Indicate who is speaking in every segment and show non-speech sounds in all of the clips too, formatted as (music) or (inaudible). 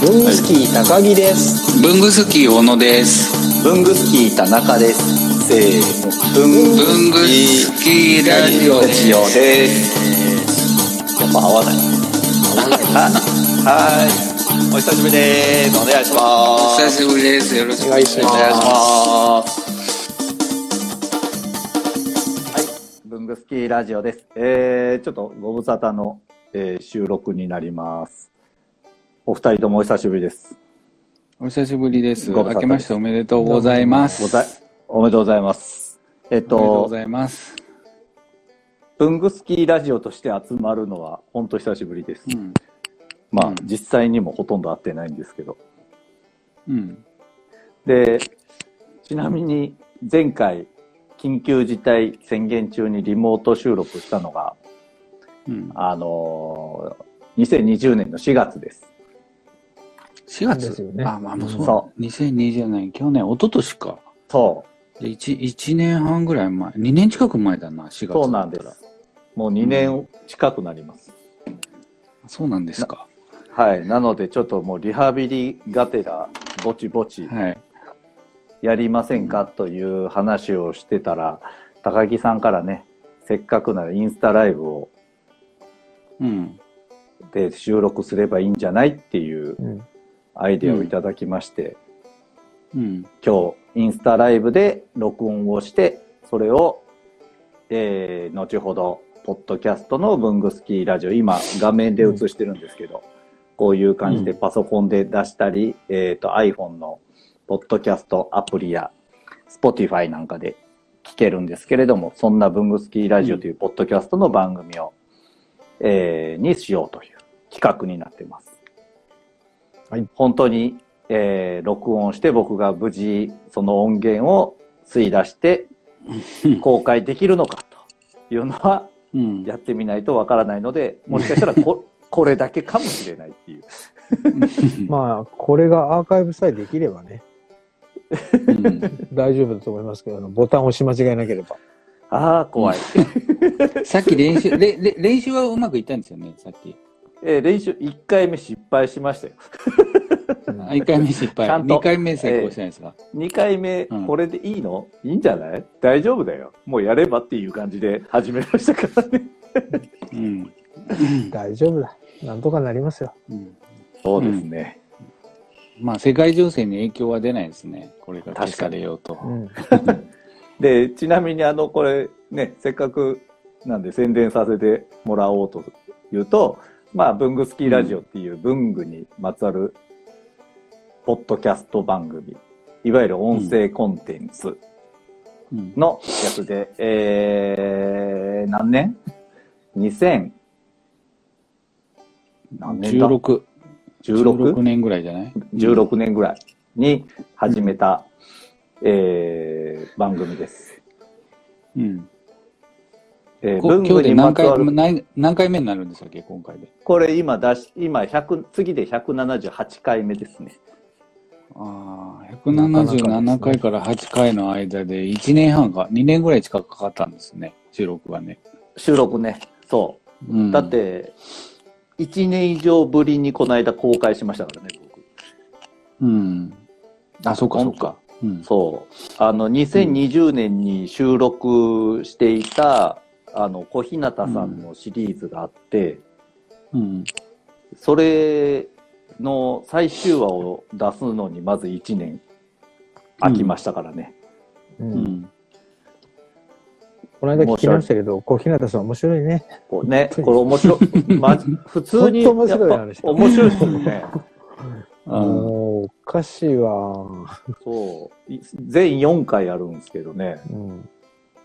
Speaker 1: 文具スキー高木です。
Speaker 2: 文具スキー小野です
Speaker 3: 文具スキー田中です。せーの。文
Speaker 2: 文具スキーラジオです
Speaker 3: オです。やっぱ合わない。はい。お久しぶりです。お願いしま
Speaker 2: お
Speaker 3: す。
Speaker 2: 久しぶりですよろしくお願いし
Speaker 3: お願いし
Speaker 2: ます
Speaker 3: ます。はい、文具スキーラジオです。えー、ちょっとご無沙汰の、えー収録になります。お二人ともお久しぶりです。
Speaker 2: お久しぶりです
Speaker 3: ご無沙汰
Speaker 2: 明けましておめでとうございます
Speaker 3: ございおめでとうございます。えっ
Speaker 2: おめでとうご
Speaker 3: と、
Speaker 2: ざいます、
Speaker 3: 文具スキーラジオとして集まるのは本当久しぶりです。
Speaker 2: うん
Speaker 3: まあ、
Speaker 2: うん
Speaker 3: 実際にもほとんど会ってないんですけど。
Speaker 2: うん、
Speaker 3: で、ちなみに前回緊急事態宣言中にリモート収録したのが、
Speaker 2: うん、
Speaker 3: あのー2020年の4月です。
Speaker 2: 4
Speaker 1: で
Speaker 2: 月
Speaker 1: すよね
Speaker 2: あまあもうそう
Speaker 3: そ
Speaker 2: 2020年去年一昨年か
Speaker 3: そ
Speaker 2: で 1, 1年半ぐらい前2年近く前だな4月
Speaker 3: う、そうなんです。もう2年近くなります。
Speaker 2: そうなんですか
Speaker 3: はい。なので、ちょっともうリハビリがてら、ぼちぼち
Speaker 2: はい
Speaker 3: やりませんかという話をしてたら、高木さんからね、せっかくならインスタライブを
Speaker 2: うん
Speaker 3: で収録すればいいんじゃないっていう
Speaker 1: うん。
Speaker 3: アイデアをいただきまして、
Speaker 2: うん
Speaker 3: 今日インスタライブで録音をしてそれを、えー後ほどポッドキャストの文具スキーラジオ今画面で映してるんですけど、こういう感じで
Speaker 2: う
Speaker 3: パソコンで出したり、えー、と iPhone のポッドキャストアプリや Spotify なんかで聞けるんですけれどもそんな文具スキーラジオというポッドキャストの番組を、えーにしようという企画になってます。
Speaker 1: はい
Speaker 3: 本当に、えー録音して僕が無事その音源を吸い
Speaker 2: (laughs)
Speaker 3: 出して
Speaker 2: うん
Speaker 3: 公開できるのかというのは
Speaker 2: うん
Speaker 3: やってみないとわからないのでもしかしたら
Speaker 2: (laughs)
Speaker 3: ここれだけかもしれないっていう
Speaker 1: まあ、これがアーカイブさえできればね、
Speaker 2: うん
Speaker 1: 大丈夫だと思いますけど、あのボタンを押し間違えなければ。
Speaker 3: ああ
Speaker 2: (laughs)
Speaker 3: 怖い、
Speaker 2: さっき練習れれ練習はうまくいったんですよねさっき
Speaker 3: えー練習1回目失敗しましたよ
Speaker 1: うん
Speaker 2: 1回目失敗
Speaker 3: ちゃんと
Speaker 2: 2回目成功したんですか、
Speaker 3: 2回目
Speaker 2: うん
Speaker 3: これでいいの、いいんじゃない大丈夫だよもうやればっていう感じで始めましたからね
Speaker 2: うん
Speaker 1: 大丈夫だ。なんとかなりますよ。
Speaker 2: (laughs) うん
Speaker 3: そうですね、
Speaker 2: まあ世界情勢に影響は出ないですねこれが消されようと
Speaker 1: うん。
Speaker 3: でちなみにあのこれねせっかくなんで宣伝させてもらおうというとまあ文具スキーラジオっていう文具にまつわるポッドキャスト番組いわゆる音声コンテンツ
Speaker 2: うん
Speaker 3: のやつで、えー、何年 ?2000 何年だ
Speaker 2: 16
Speaker 3: 16?
Speaker 2: 年ぐらいじゃない
Speaker 3: 16年ぐらいに始めた、えー番組です。
Speaker 2: うん、
Speaker 3: えー
Speaker 2: こ
Speaker 3: 文
Speaker 2: 今
Speaker 3: 具
Speaker 2: 日で
Speaker 3: に
Speaker 2: 何
Speaker 3: まつ
Speaker 2: 回
Speaker 3: わる
Speaker 2: 何何回目になるんでしたっけ今回で
Speaker 3: これ今出し、今100、次で178回目ですね。
Speaker 2: ああ
Speaker 1: なかな
Speaker 2: 177
Speaker 1: かですね
Speaker 2: 回から8回の間で1年半か2年ぐらい近くかかったんですね収録がね、
Speaker 3: 収録ね。そ
Speaker 2: うん、
Speaker 3: う。だって、1年以上ぶりにこの間公開しましたからね、僕。
Speaker 2: うんあそうかそうかうん
Speaker 3: そう。あの、2020年に収録していた、あの、小日向さんのシリーズがあって、
Speaker 2: うん
Speaker 3: それの最終話を出すのにまず1年空きましたからね。
Speaker 1: う
Speaker 2: うんん
Speaker 1: この間聞きましたけど、小日向さん面白いね。
Speaker 3: こうね、これ面白い。まじ、普通に、やっ
Speaker 1: 本当面白い
Speaker 3: ぱ
Speaker 1: 話
Speaker 3: 面白いですよね。
Speaker 2: うん
Speaker 1: もう、おかしいわ。
Speaker 3: そう。い全4回やるんですけどね。
Speaker 1: うん。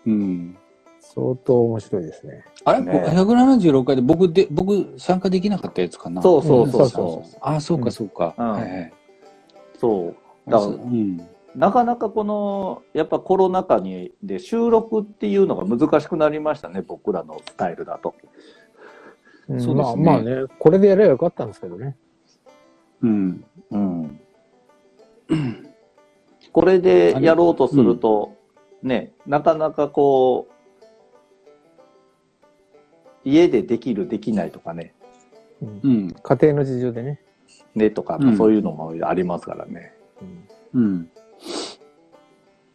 Speaker 2: うん
Speaker 1: 相当面白いですね。
Speaker 2: あれ、
Speaker 3: ね
Speaker 2: 176回で僕で僕参加できなかったやつかな
Speaker 3: そうそうそう
Speaker 1: うん
Speaker 3: そ
Speaker 2: あそうかそうか、
Speaker 3: うん
Speaker 2: はいはい、
Speaker 3: う。そう。だか
Speaker 2: そう
Speaker 3: ら
Speaker 2: うん
Speaker 3: なかなかこの、やっぱコロナ禍にで収録っていうのが難しくなりましたね、僕らのスタイルだと。
Speaker 1: うん
Speaker 2: そうで
Speaker 1: まあ
Speaker 2: すね
Speaker 1: まあね、これでやればよかったんですけどね。
Speaker 2: うん
Speaker 3: うん。これでやろうとすると、ね、なかなかこう、家でできる、できないとかね。
Speaker 1: うん
Speaker 2: うん
Speaker 1: 家庭の事情でね。
Speaker 3: ねとか、
Speaker 2: うん
Speaker 3: そういうのもありますからね。うん
Speaker 2: うん。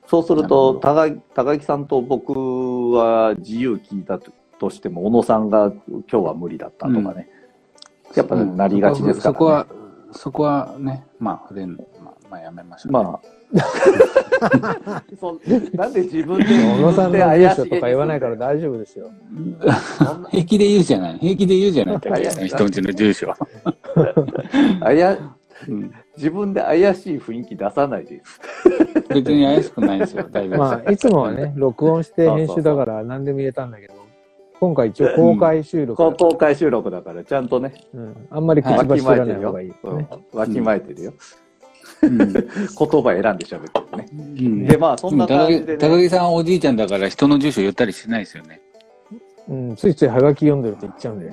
Speaker 3: そうすると、
Speaker 2: な
Speaker 3: 高木高木さんと僕は自由聞いたとしても、小野さんが今日は無理だったとかね。やっぱなりがちですから、
Speaker 2: そ
Speaker 3: ね
Speaker 2: こは、そこはね、まあ、触れんの、まあ、まあ、やめましょう、ね。
Speaker 3: まあ。 (laughs) そなんで自分で、
Speaker 1: (laughs) 小野さんの
Speaker 3: 自分で
Speaker 1: 住
Speaker 3: 怪しげ
Speaker 1: 所
Speaker 3: に
Speaker 1: とか言わないから大丈夫です
Speaker 3: (laughs)
Speaker 1: よ。
Speaker 3: そんな
Speaker 2: 平気で言うじゃない。平気で言うじゃない。
Speaker 3: はい
Speaker 2: (laughs) 人んちの住所。
Speaker 3: あや
Speaker 2: うん
Speaker 3: 自分で怪しい雰囲気出さないです。
Speaker 2: 別に怪しくない
Speaker 3: (laughs)
Speaker 2: ですよ、大丈夫
Speaker 1: まあ、いつもはね、録音して編集だから何でも言えたんだけど、今回一応公開収録だ
Speaker 3: こう公開収録だから、ちゃんとね、
Speaker 1: うん、あんまり口
Speaker 2: は
Speaker 1: ば
Speaker 2: い
Speaker 3: わき
Speaker 1: し
Speaker 3: ま
Speaker 1: ら
Speaker 3: え
Speaker 1: な
Speaker 3: て
Speaker 1: い
Speaker 3: る
Speaker 1: 方
Speaker 3: よ
Speaker 1: がいいです。
Speaker 3: う
Speaker 1: ね
Speaker 3: ん。わきまえてるよ。
Speaker 2: うん
Speaker 3: 言葉選んで喋ってるね。
Speaker 2: うん
Speaker 3: で、まあ、そんな
Speaker 2: 高
Speaker 3: 感
Speaker 2: 木
Speaker 3: じで
Speaker 2: 高
Speaker 3: ね。
Speaker 2: 木さんはおじいちゃんだから人の住所言ったりしないですよね。 (laughs)
Speaker 1: うん、ついついハガキ読んでると言っちゃうんだよ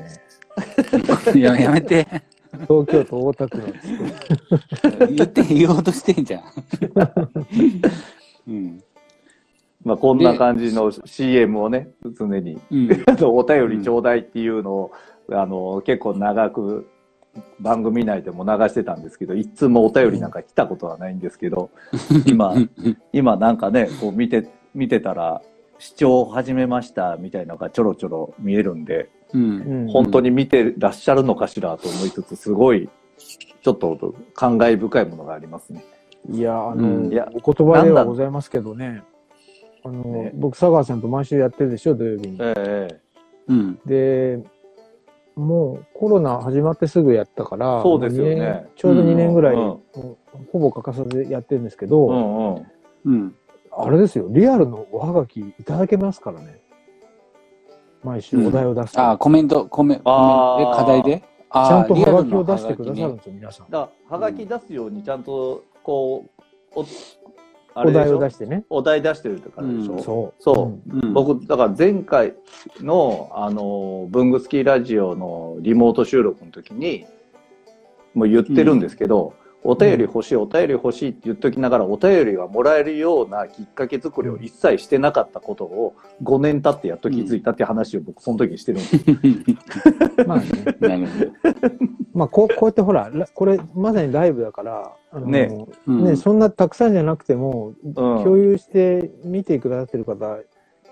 Speaker 3: (laughs)
Speaker 1: ね。
Speaker 2: ややめて。
Speaker 1: 東京都大田区の。
Speaker 2: 言って、言おうとしてん
Speaker 3: (laughs)
Speaker 2: じゃん。うん。
Speaker 3: まあ、こんな感じの CM をね、常に
Speaker 2: うん。
Speaker 3: あとお便りちょうだいっていうのを、あの結構長く番組内でも流してたんですけどいつもお便りなんか来たことはないんですけど今今なんかねこう見て見てたら視聴を始めましたみたいなのがちょろちょろ見えるんで
Speaker 2: うん。
Speaker 1: ん
Speaker 3: 本当に見てらっしゃるのかしらと思いつつすごいちょっと感慨深いものがありますね。
Speaker 1: いや、あの、
Speaker 2: うん
Speaker 3: いや
Speaker 1: お言葉で
Speaker 3: なんだ
Speaker 1: はございますけどね。あの、
Speaker 3: ね
Speaker 1: 僕、佐川さんと毎週やってるでしょ、土曜日に。
Speaker 3: え
Speaker 2: うん。
Speaker 1: で、もうコロナ始まってすぐやったから、
Speaker 3: そうですよ
Speaker 1: もう
Speaker 3: ね
Speaker 1: 二年ちょうど2年ぐらい、
Speaker 3: うん
Speaker 1: もうほぼ欠かさずやってるんですけど、
Speaker 3: うんうん、
Speaker 2: うん。
Speaker 1: あれですよ、リアルのおはがきいただけますからね。毎週お題を出すと。
Speaker 2: あ、コメント、コメ、コメントで、課題で。あー
Speaker 1: ちゃんと
Speaker 2: リア
Speaker 1: ハ
Speaker 2: ル
Speaker 1: ガキ
Speaker 2: の
Speaker 1: を出してくださるん
Speaker 2: ハ
Speaker 1: ですよ、皆さん。
Speaker 3: だからはがき出すようにちゃんとこうおあ
Speaker 1: お
Speaker 3: れで
Speaker 1: 題
Speaker 3: し
Speaker 1: を
Speaker 3: ょ
Speaker 1: 出してね。
Speaker 3: お題出してるからでしょ、
Speaker 2: うん
Speaker 1: そう。
Speaker 3: そう
Speaker 2: ガキに。うん
Speaker 3: 僕だから前回のあの文具スキーラジオのリモート収録の時にもう言ってるんですけど、お便り欲しいお便り欲しいって言っときながらお便りがもらえるようなきっかけ作りを一切してなかったことを5年経ってやっと気づいたって話を僕その時にしてるんですよ、
Speaker 1: まあね。
Speaker 2: なるほど
Speaker 1: まあ、こう、こう (laughs) やってほら、らこれ、まさにライブだから、あの
Speaker 3: ね
Speaker 2: うん
Speaker 1: ね、そんなたくさんじゃなくても、
Speaker 3: うん
Speaker 1: 共有して見てくださってる方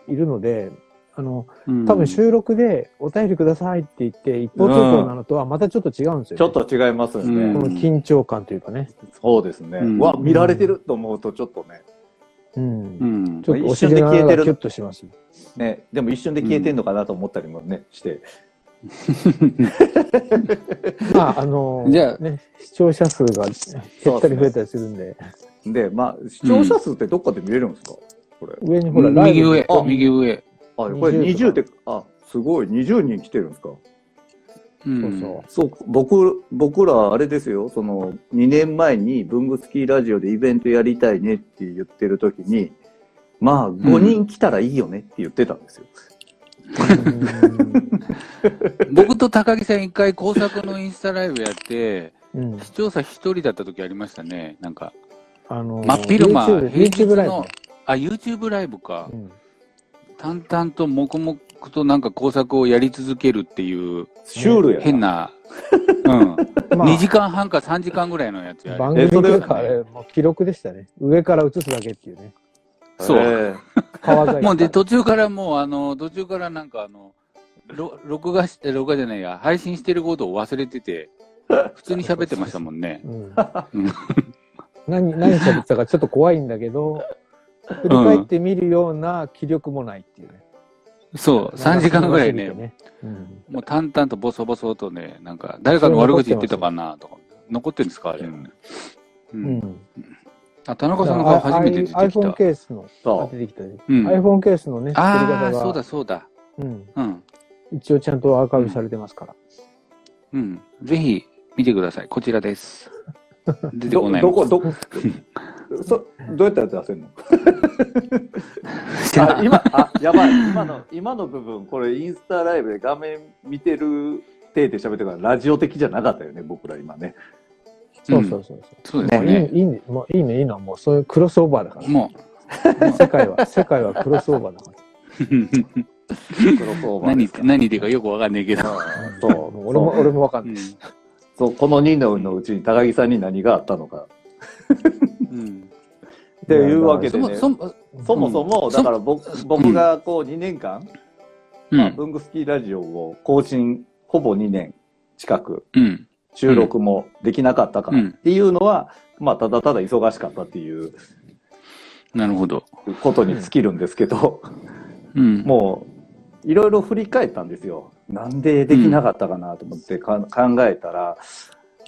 Speaker 1: いるので、あの、
Speaker 2: うん
Speaker 1: 多分収録でお便りくださいって言って、一方通行なのとはまたちょっと違うんですよ、
Speaker 3: ちょっ。と違いますよね、
Speaker 2: うん
Speaker 1: この緊張感というかね。
Speaker 3: そうですね、
Speaker 2: うん
Speaker 3: うわ見られてると思うとちょっとね
Speaker 1: うん。
Speaker 2: うん
Speaker 1: ちょっとお尻の穴がキュッとします。
Speaker 3: ねでも一瞬で消えてんのかなと思ったりもねして
Speaker 1: (laughs) まあ、あの
Speaker 2: じゃあ
Speaker 1: ね、視聴者数が減ったり増えたりするんで、
Speaker 3: でまあ視聴者数ってどっかで見れるんですか、これ
Speaker 1: 上にほら、ライ
Speaker 2: 右
Speaker 1: ブ
Speaker 2: 上
Speaker 3: あ、
Speaker 2: 右上。
Speaker 3: あ、これ20
Speaker 1: 20
Speaker 3: で、あ、すごい、20人来てるんですか。
Speaker 2: うん
Speaker 1: そうそ
Speaker 3: そう、僕、僕ら、あれですよ、その、2年前に、文具スキーラジオでイベントやりたいねって言ってる時に、まあ、5人来たらいいよねって言ってたんですよ。
Speaker 2: 僕と高木さん一回工作のインスタライブやって、
Speaker 1: う。うん。
Speaker 2: 視聴者一人だった時ありましたね。なんか、
Speaker 1: あの
Speaker 2: (laughs) 真っ昼間、
Speaker 1: YouTube,
Speaker 2: 平日
Speaker 1: YouTube ライ
Speaker 2: の、あ、YouTube ライブか
Speaker 1: ブ。ね。
Speaker 2: 淡々と黙々となんか工作をやり続けるっていう、
Speaker 3: シュールやな。
Speaker 2: 変な、うん。
Speaker 1: うんま
Speaker 2: 2時間半か3時間ぐらいのやつや
Speaker 1: あ、
Speaker 2: り
Speaker 1: 番組というか、あれ、もう記録でしたね。上から映すだけっていうね。
Speaker 2: そう
Speaker 3: え
Speaker 1: 川崎。
Speaker 2: もうで、途中からもう、あの、途中からなんかあの、ろ録画して、録画じゃないや、配信してることを忘れてて、普通に喋ってましたもんね。
Speaker 1: うん、 (laughs) 何、何喋ってたかちょっと怖いんだけど、振り返ってみるような気力もないっていうね。
Speaker 2: そう、3時間ぐらいね、
Speaker 1: うん。
Speaker 2: もう淡々とボソボソとね、なんか、誰かの悪口言ってたかなとか、残ってるんですか、あれ。
Speaker 3: うん
Speaker 1: う
Speaker 2: う。
Speaker 1: んん。
Speaker 2: あ、田中さんの顔初めて出てきた。
Speaker 1: iPhone ケースの、
Speaker 3: そ
Speaker 1: 出てきたね。
Speaker 2: うん
Speaker 1: iPhone ケースのね、作り方
Speaker 2: あ
Speaker 1: が。
Speaker 2: あ、そうだ、そうだ。
Speaker 1: うん。
Speaker 2: うん。
Speaker 1: 一応ちゃんとアーカイブされてますから。
Speaker 2: うん。ぜひ、見てください。こちらです。出
Speaker 3: う。
Speaker 2: てこ
Speaker 3: ど、
Speaker 2: ない
Speaker 3: どこ、
Speaker 2: (laughs) こ
Speaker 3: どこ、そ、ど (laughs) うやって出せるの
Speaker 2: 知ら
Speaker 3: あ、
Speaker 2: ん
Speaker 3: 今、あ、やば
Speaker 2: (laughs)
Speaker 3: い。今の、今の部分、これ、インスタライブで画面見てる、手で喋ってるから、ラジオ的じゃなかったよね、僕ら今ね。
Speaker 1: そうそうそうそう。
Speaker 2: そうです
Speaker 1: ね
Speaker 2: ね。、
Speaker 1: いいね、もういいね、いいのはもうそういうクロスオーバーだから。
Speaker 2: も
Speaker 1: (laughs) 世界は、世界はクロスオーバーだから。
Speaker 2: う、
Speaker 3: クロスオーバー
Speaker 2: 何
Speaker 3: で
Speaker 2: 言っ
Speaker 3: すか
Speaker 2: て
Speaker 3: ら
Speaker 2: 何言っていいかよくわかんないけど。
Speaker 3: うんそう、
Speaker 1: 俺も、俺もわかんな
Speaker 2: う
Speaker 1: い。
Speaker 2: ん
Speaker 3: そう、この2ののうちに高木さんに何があったのか。
Speaker 2: うん。
Speaker 3: っていうわけ
Speaker 2: そ
Speaker 3: で
Speaker 2: も
Speaker 3: ね、
Speaker 2: そ
Speaker 3: そ
Speaker 2: も、
Speaker 3: もそ
Speaker 2: う
Speaker 3: も、
Speaker 2: ん
Speaker 3: だから僕僕がこう2年間、
Speaker 2: う
Speaker 3: まあ
Speaker 2: ん。
Speaker 3: 文具スキーラジオを更新、ほぼ2年近く
Speaker 2: うん。
Speaker 3: 収録もできなかったか
Speaker 2: う
Speaker 3: ら
Speaker 2: ん
Speaker 3: っていうのは、まあ、ただただ忙しかったっていう
Speaker 2: なるほど。
Speaker 3: ことに尽きるんですけど、
Speaker 2: うん。
Speaker 3: もう、いろいろ振り返ったんですよ。なんでできなかったかなと思ってか考えたら、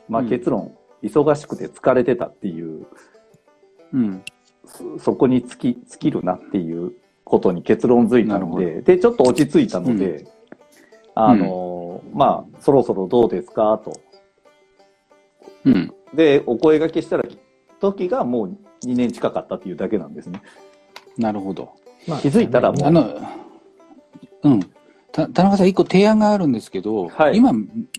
Speaker 3: まあ
Speaker 2: うん
Speaker 3: 結論、忙しくて疲れてたっていう、
Speaker 2: うん。
Speaker 3: そそこに尽き、尽きるなっていうことに結論づいた
Speaker 2: なる
Speaker 3: の
Speaker 2: ほ
Speaker 3: で、で、ちょっと落ち着いたので、あのー、まあ、そろそろどうですかと。
Speaker 2: うん。
Speaker 3: で、お声掛けしたら、時がもう2年近かったっていうだけなんですね。
Speaker 2: なるほど。
Speaker 1: まあ
Speaker 3: 気づいたらもう
Speaker 2: あの、うん。た田中さん、一個提案があるんですけど、
Speaker 3: はい
Speaker 2: 今、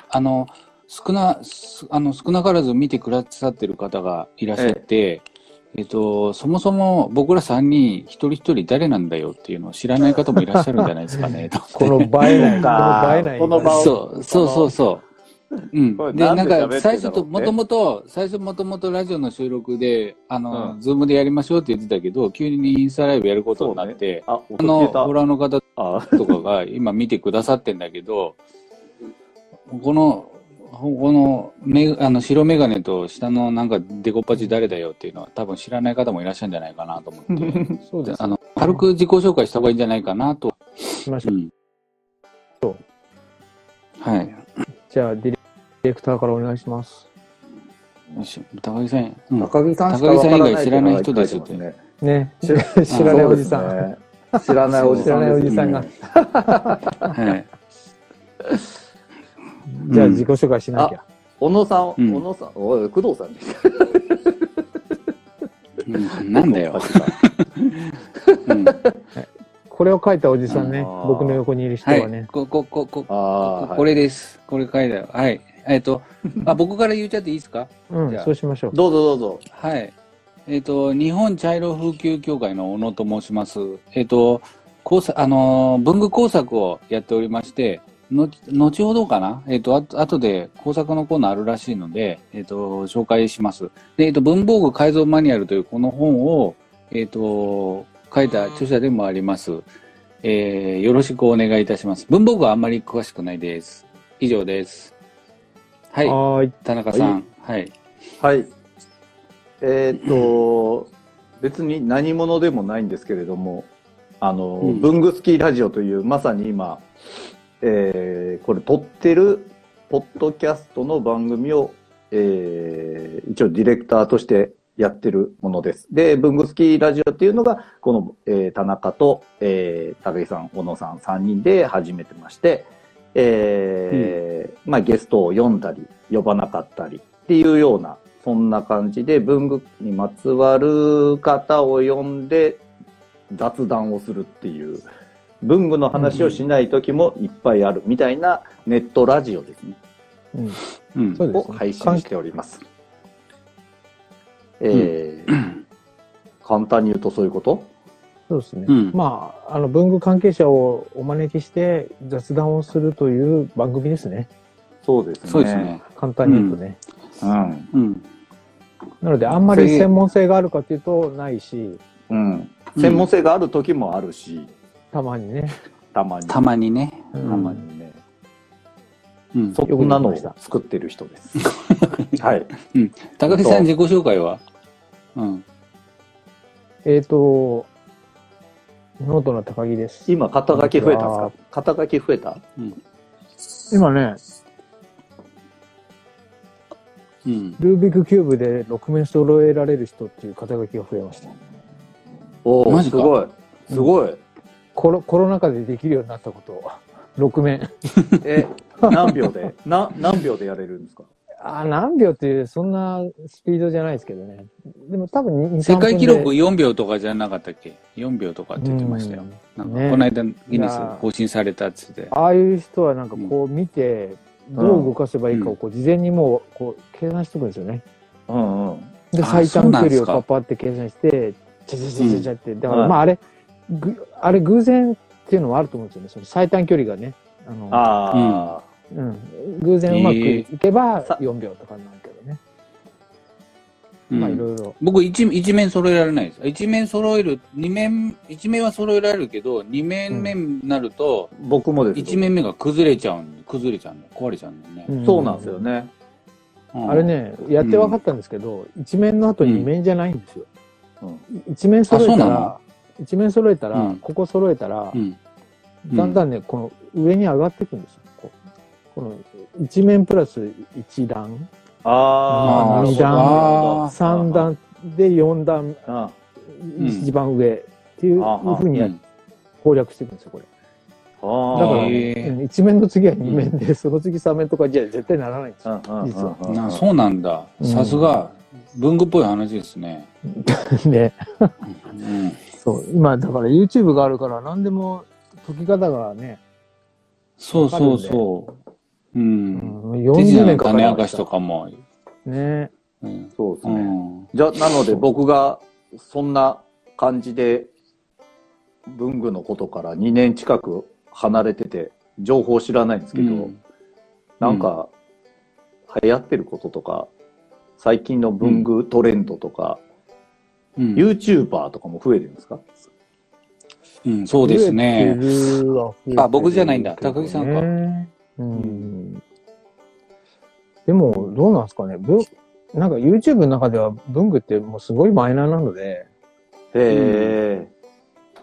Speaker 2: あの、少な、すあの、少なからず見てくださってる方がいらっしゃって、えっと、そもそも僕ら3人、一人一人誰なんだよっていうのを知らない方もいらっしゃるんじゃないですか
Speaker 3: (laughs)
Speaker 2: ね、と
Speaker 1: この映えない、この映えない。
Speaker 3: この場を
Speaker 2: そうそうそうそう。うん
Speaker 3: これ、
Speaker 2: で
Speaker 3: な
Speaker 2: なん
Speaker 3: で
Speaker 2: んか最
Speaker 3: 喋って
Speaker 2: 初
Speaker 3: んだろう
Speaker 2: と
Speaker 3: ね
Speaker 2: もともと最初もともとラジオの収録であの、
Speaker 3: う
Speaker 2: ズームでやりましょうって言ってたけど急にインスタライブやることになって、
Speaker 3: あ、
Speaker 2: あ
Speaker 3: 音消
Speaker 2: の
Speaker 3: えた
Speaker 2: ホ。ラーの方
Speaker 3: あ、
Speaker 2: とかが今見てくださってんだけどこのこのめあの白眼鏡と下のなんかデコパチ誰だよっていうのは多分知らない方もいらっしゃるんじゃないかなと思って
Speaker 1: (laughs) そうです
Speaker 2: あ。の軽く自己紹介した方がいいんじゃないかなと。
Speaker 1: しましょ
Speaker 2: う
Speaker 1: うんそう
Speaker 2: はい
Speaker 1: じゃあ、ディレクターからお願いします。
Speaker 2: よし高木さん、うん
Speaker 3: 高木さん
Speaker 2: ん
Speaker 3: し
Speaker 2: し
Speaker 3: か
Speaker 2: か
Speaker 3: わ
Speaker 2: わ
Speaker 3: か
Speaker 2: からら
Speaker 3: な
Speaker 2: ないいっていうのが書いてますね
Speaker 1: ね、知ら知
Speaker 2: 知
Speaker 1: ら
Speaker 2: ら
Speaker 1: な
Speaker 2: ない
Speaker 1: おじさん。
Speaker 3: ん。知らないおじ
Speaker 1: 知
Speaker 3: さ
Speaker 1: ら
Speaker 3: ん。
Speaker 1: ないおじさんが。
Speaker 2: はい、
Speaker 1: じゃあ、自己紹介しなきゃ。
Speaker 3: 小野さん、
Speaker 2: うん
Speaker 3: 小野さん、おい工藤さんです。
Speaker 2: うんなんだよ、
Speaker 1: (laughs)
Speaker 2: うん
Speaker 1: これを書いたおじさんね、
Speaker 3: あー
Speaker 1: 僕の横にいる人
Speaker 2: は
Speaker 1: はいね。
Speaker 2: ここここ
Speaker 3: ああ、
Speaker 2: これ
Speaker 3: で。
Speaker 2: です。これ書いてある。はい。えっ、と、あ、僕から言っちゃっていいですか
Speaker 1: う
Speaker 2: じ
Speaker 1: ん
Speaker 2: ゃ、あ
Speaker 1: そうしましょう。
Speaker 3: どうぞどうぞ。
Speaker 2: はい。えっ、と、日本茶色風球協会の小野と申します。えっ、と、工作、あのー文具工作をやっておりまして、の後ほどかなえっ、と、あと、後で工作のコーナーあるらしいので、えっ、と、紹介します。で、えっ、と、文房具改造マニュアルというこの本を、えっ、と、書いた著者でもあります。えーよろしくお願いいたします。文房具はあんまり詳しくないです。以上です。はい。
Speaker 1: はーい。
Speaker 2: 田中さん。はい。
Speaker 3: はい。えーっと、別に何者でもないんですけれども、あの、
Speaker 2: うん
Speaker 3: 文具スキーラジオという、まさに今、えーこれ撮ってる、ポッドキャストの番組を、えー一応ディレクターとしてやってるものです。で、文具スキーラジオっていうのが、この、えー田中と、えー、高井さん、小野さん3人で始めてまして、えーまあゲストを呼んだり、呼ばなかったりっていうような、そんな感じで文具にまつわる方を呼んで雑談をするっていう、文具の話をしない時もいっぱいあるみたいなネットラジオですね。
Speaker 1: うん、
Speaker 2: うん
Speaker 1: そうで
Speaker 3: を
Speaker 1: すね。
Speaker 3: 配信しております。えー簡単に言うとそういうこと
Speaker 1: そうですね。
Speaker 2: うん
Speaker 1: まあ、あの、文具関係者をお招きして雑談をするという番組ですね。
Speaker 3: そうですね。
Speaker 2: そうですね。
Speaker 1: 簡単に言うとね。
Speaker 3: うん。
Speaker 2: うん。
Speaker 1: なので、あんまり
Speaker 3: せ
Speaker 1: 専門性があるかというと、ないし、
Speaker 3: うん。専門性がある時もあるし、
Speaker 1: たまにね。
Speaker 3: たまに。
Speaker 2: たまにね。
Speaker 1: う
Speaker 3: た
Speaker 1: ん
Speaker 3: まにね。
Speaker 2: うん。
Speaker 3: そんなのを作ってる人です。はい。
Speaker 2: 高木さん自己紹介はうん。
Speaker 1: えっ、と、ノートの高木です。
Speaker 3: 今、肩書き増えたんですか肩書き増えた
Speaker 1: 今ね、
Speaker 2: うん。
Speaker 1: ルービックキューブで6面揃えられる人っていう肩書きが増えました。
Speaker 3: おお
Speaker 2: マ
Speaker 3: す
Speaker 2: ジか
Speaker 3: ごい。すごい。
Speaker 1: コロコロナ禍でできるようになったことを、6面。
Speaker 3: え、何秒 (laughs) でな、何秒でやれるんですか
Speaker 1: あー、何秒っていう、そんなスピードじゃないですけどね。でも多分2、3
Speaker 2: 世界記
Speaker 1: 分
Speaker 2: 録
Speaker 1: で
Speaker 2: 4秒とかじゃなかったっけ ?4 秒とかって言ってましたよ。なんか
Speaker 1: ね
Speaker 2: この間ギネ
Speaker 1: い
Speaker 2: ス
Speaker 1: やー
Speaker 2: 更新されたっつって。
Speaker 1: ああいう人はなんかこう見て、どう動かせばいいかをこう事前にもうこう計算しておくんですよね。
Speaker 3: うんうん。
Speaker 1: で、
Speaker 2: あ
Speaker 1: 最短距離
Speaker 2: そうなんです
Speaker 1: を
Speaker 2: か
Speaker 1: パパって計算して、ちゃちゃちゃちゃちゃって。だか
Speaker 3: う
Speaker 1: ら
Speaker 3: ん
Speaker 1: まああれ、ぐあれ偶然っていうのはあると思うんですよね。その最短距離がね。あの、
Speaker 3: ああ、
Speaker 1: うん、偶然うまくいけば
Speaker 3: さ
Speaker 1: 4秒とかになるけどね、
Speaker 2: うん
Speaker 1: まあいろいろ
Speaker 2: 僕一一面揃えられないです。一面揃える、二面、一面は揃えられるけど、二面目になると、
Speaker 3: 僕もです
Speaker 2: 一
Speaker 3: よ
Speaker 2: 面目が崩れちゃうんで、崩れちゃうんで、壊れちゃうんだよね。
Speaker 3: そうなんですよね。
Speaker 2: うん
Speaker 1: あれ、ねやって分かったんですけど、一面の後に面じゃないんですよ、
Speaker 3: うん
Speaker 1: 一面揃え
Speaker 2: あ
Speaker 1: た
Speaker 2: そうな
Speaker 1: ら
Speaker 2: の
Speaker 1: 一面揃えたら、
Speaker 2: うん
Speaker 1: ここ揃えたら、
Speaker 2: うん。うん
Speaker 1: だんだんねこの上に上がっていくんですよこうこの一面プラス一段
Speaker 3: ああ、
Speaker 1: 二段
Speaker 2: あ
Speaker 1: 三段で四段
Speaker 3: あ
Speaker 2: ん
Speaker 1: 一番上っていう,、
Speaker 3: ああ
Speaker 1: ふうにや
Speaker 2: うん
Speaker 1: 攻略していくんですよこれだ
Speaker 3: あ。
Speaker 1: から、
Speaker 2: へえ
Speaker 1: うん一面の次は二面で、その次三面とかじゃ絶対ならないんですよ、実は
Speaker 3: うんうんうんうん
Speaker 2: なそうなんだ。
Speaker 1: うん
Speaker 2: さすが、文具っぽい話ですね。
Speaker 1: ね
Speaker 2: うん。
Speaker 1: そう今だから YouTube があるから何でも解き方がね、
Speaker 2: そうそうそ
Speaker 1: う
Speaker 2: う。う。
Speaker 1: んん、
Speaker 2: 手
Speaker 1: 40
Speaker 2: 品の
Speaker 1: 年かか
Speaker 2: 種
Speaker 1: り
Speaker 2: 明
Speaker 1: ま
Speaker 2: か
Speaker 1: し
Speaker 2: したとかも。
Speaker 1: ね
Speaker 2: うん。
Speaker 3: そうです
Speaker 2: う
Speaker 3: ね。
Speaker 2: ん。
Speaker 3: じゃなので僕がそんな感じで文具のことから2年近く離れてて情報知らないんですけど、
Speaker 2: うん
Speaker 3: なんか流行ってることとか最近の文具トレンドとか、
Speaker 2: うん。
Speaker 3: YouTuber とかも増えてるんですか
Speaker 2: うん、そうです
Speaker 1: 増
Speaker 2: ね。
Speaker 1: えてるは増えてるけどね
Speaker 2: あ僕じゃないんだ高木さんか
Speaker 1: うん。でも、どうなんですかね。ぶなんか YouTube の中では文具ってもうすごいマイナーなので、
Speaker 3: へえ、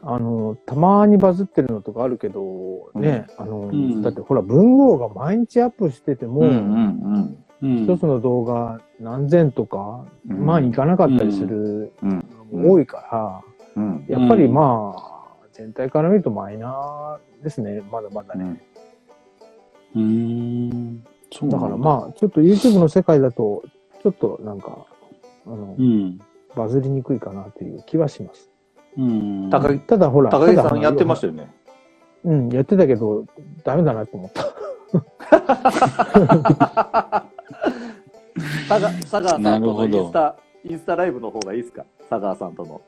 Speaker 1: あの、たまにバズってるのとかあるけど、ね、あの、
Speaker 2: ん
Speaker 1: だってほら文豪が毎日アップしてても、
Speaker 3: うん、うん
Speaker 2: うん。
Speaker 1: 一つの動画何千とか、
Speaker 3: うん
Speaker 1: まあいかなかったりする
Speaker 3: うんうん
Speaker 1: のも多いから、
Speaker 3: うん
Speaker 1: やっぱりまあ、全体から見るとマイナーですね、まだまだね。
Speaker 2: うーん。そう
Speaker 1: だからまあ、ちょっと YouTube の世界だと、ちょっとなんか、あの、
Speaker 2: うん。
Speaker 1: バズりにくいかなという気はします。
Speaker 2: うん。
Speaker 3: 高木
Speaker 1: ただほら、
Speaker 3: 高木さ
Speaker 1: だ
Speaker 3: んやってましたよね
Speaker 1: うん、やってたけど、ダメだなと思った。
Speaker 3: 佐賀佐川さんとの
Speaker 2: なるほど
Speaker 3: インスタインスタライブの方がいいですか佐川さんとの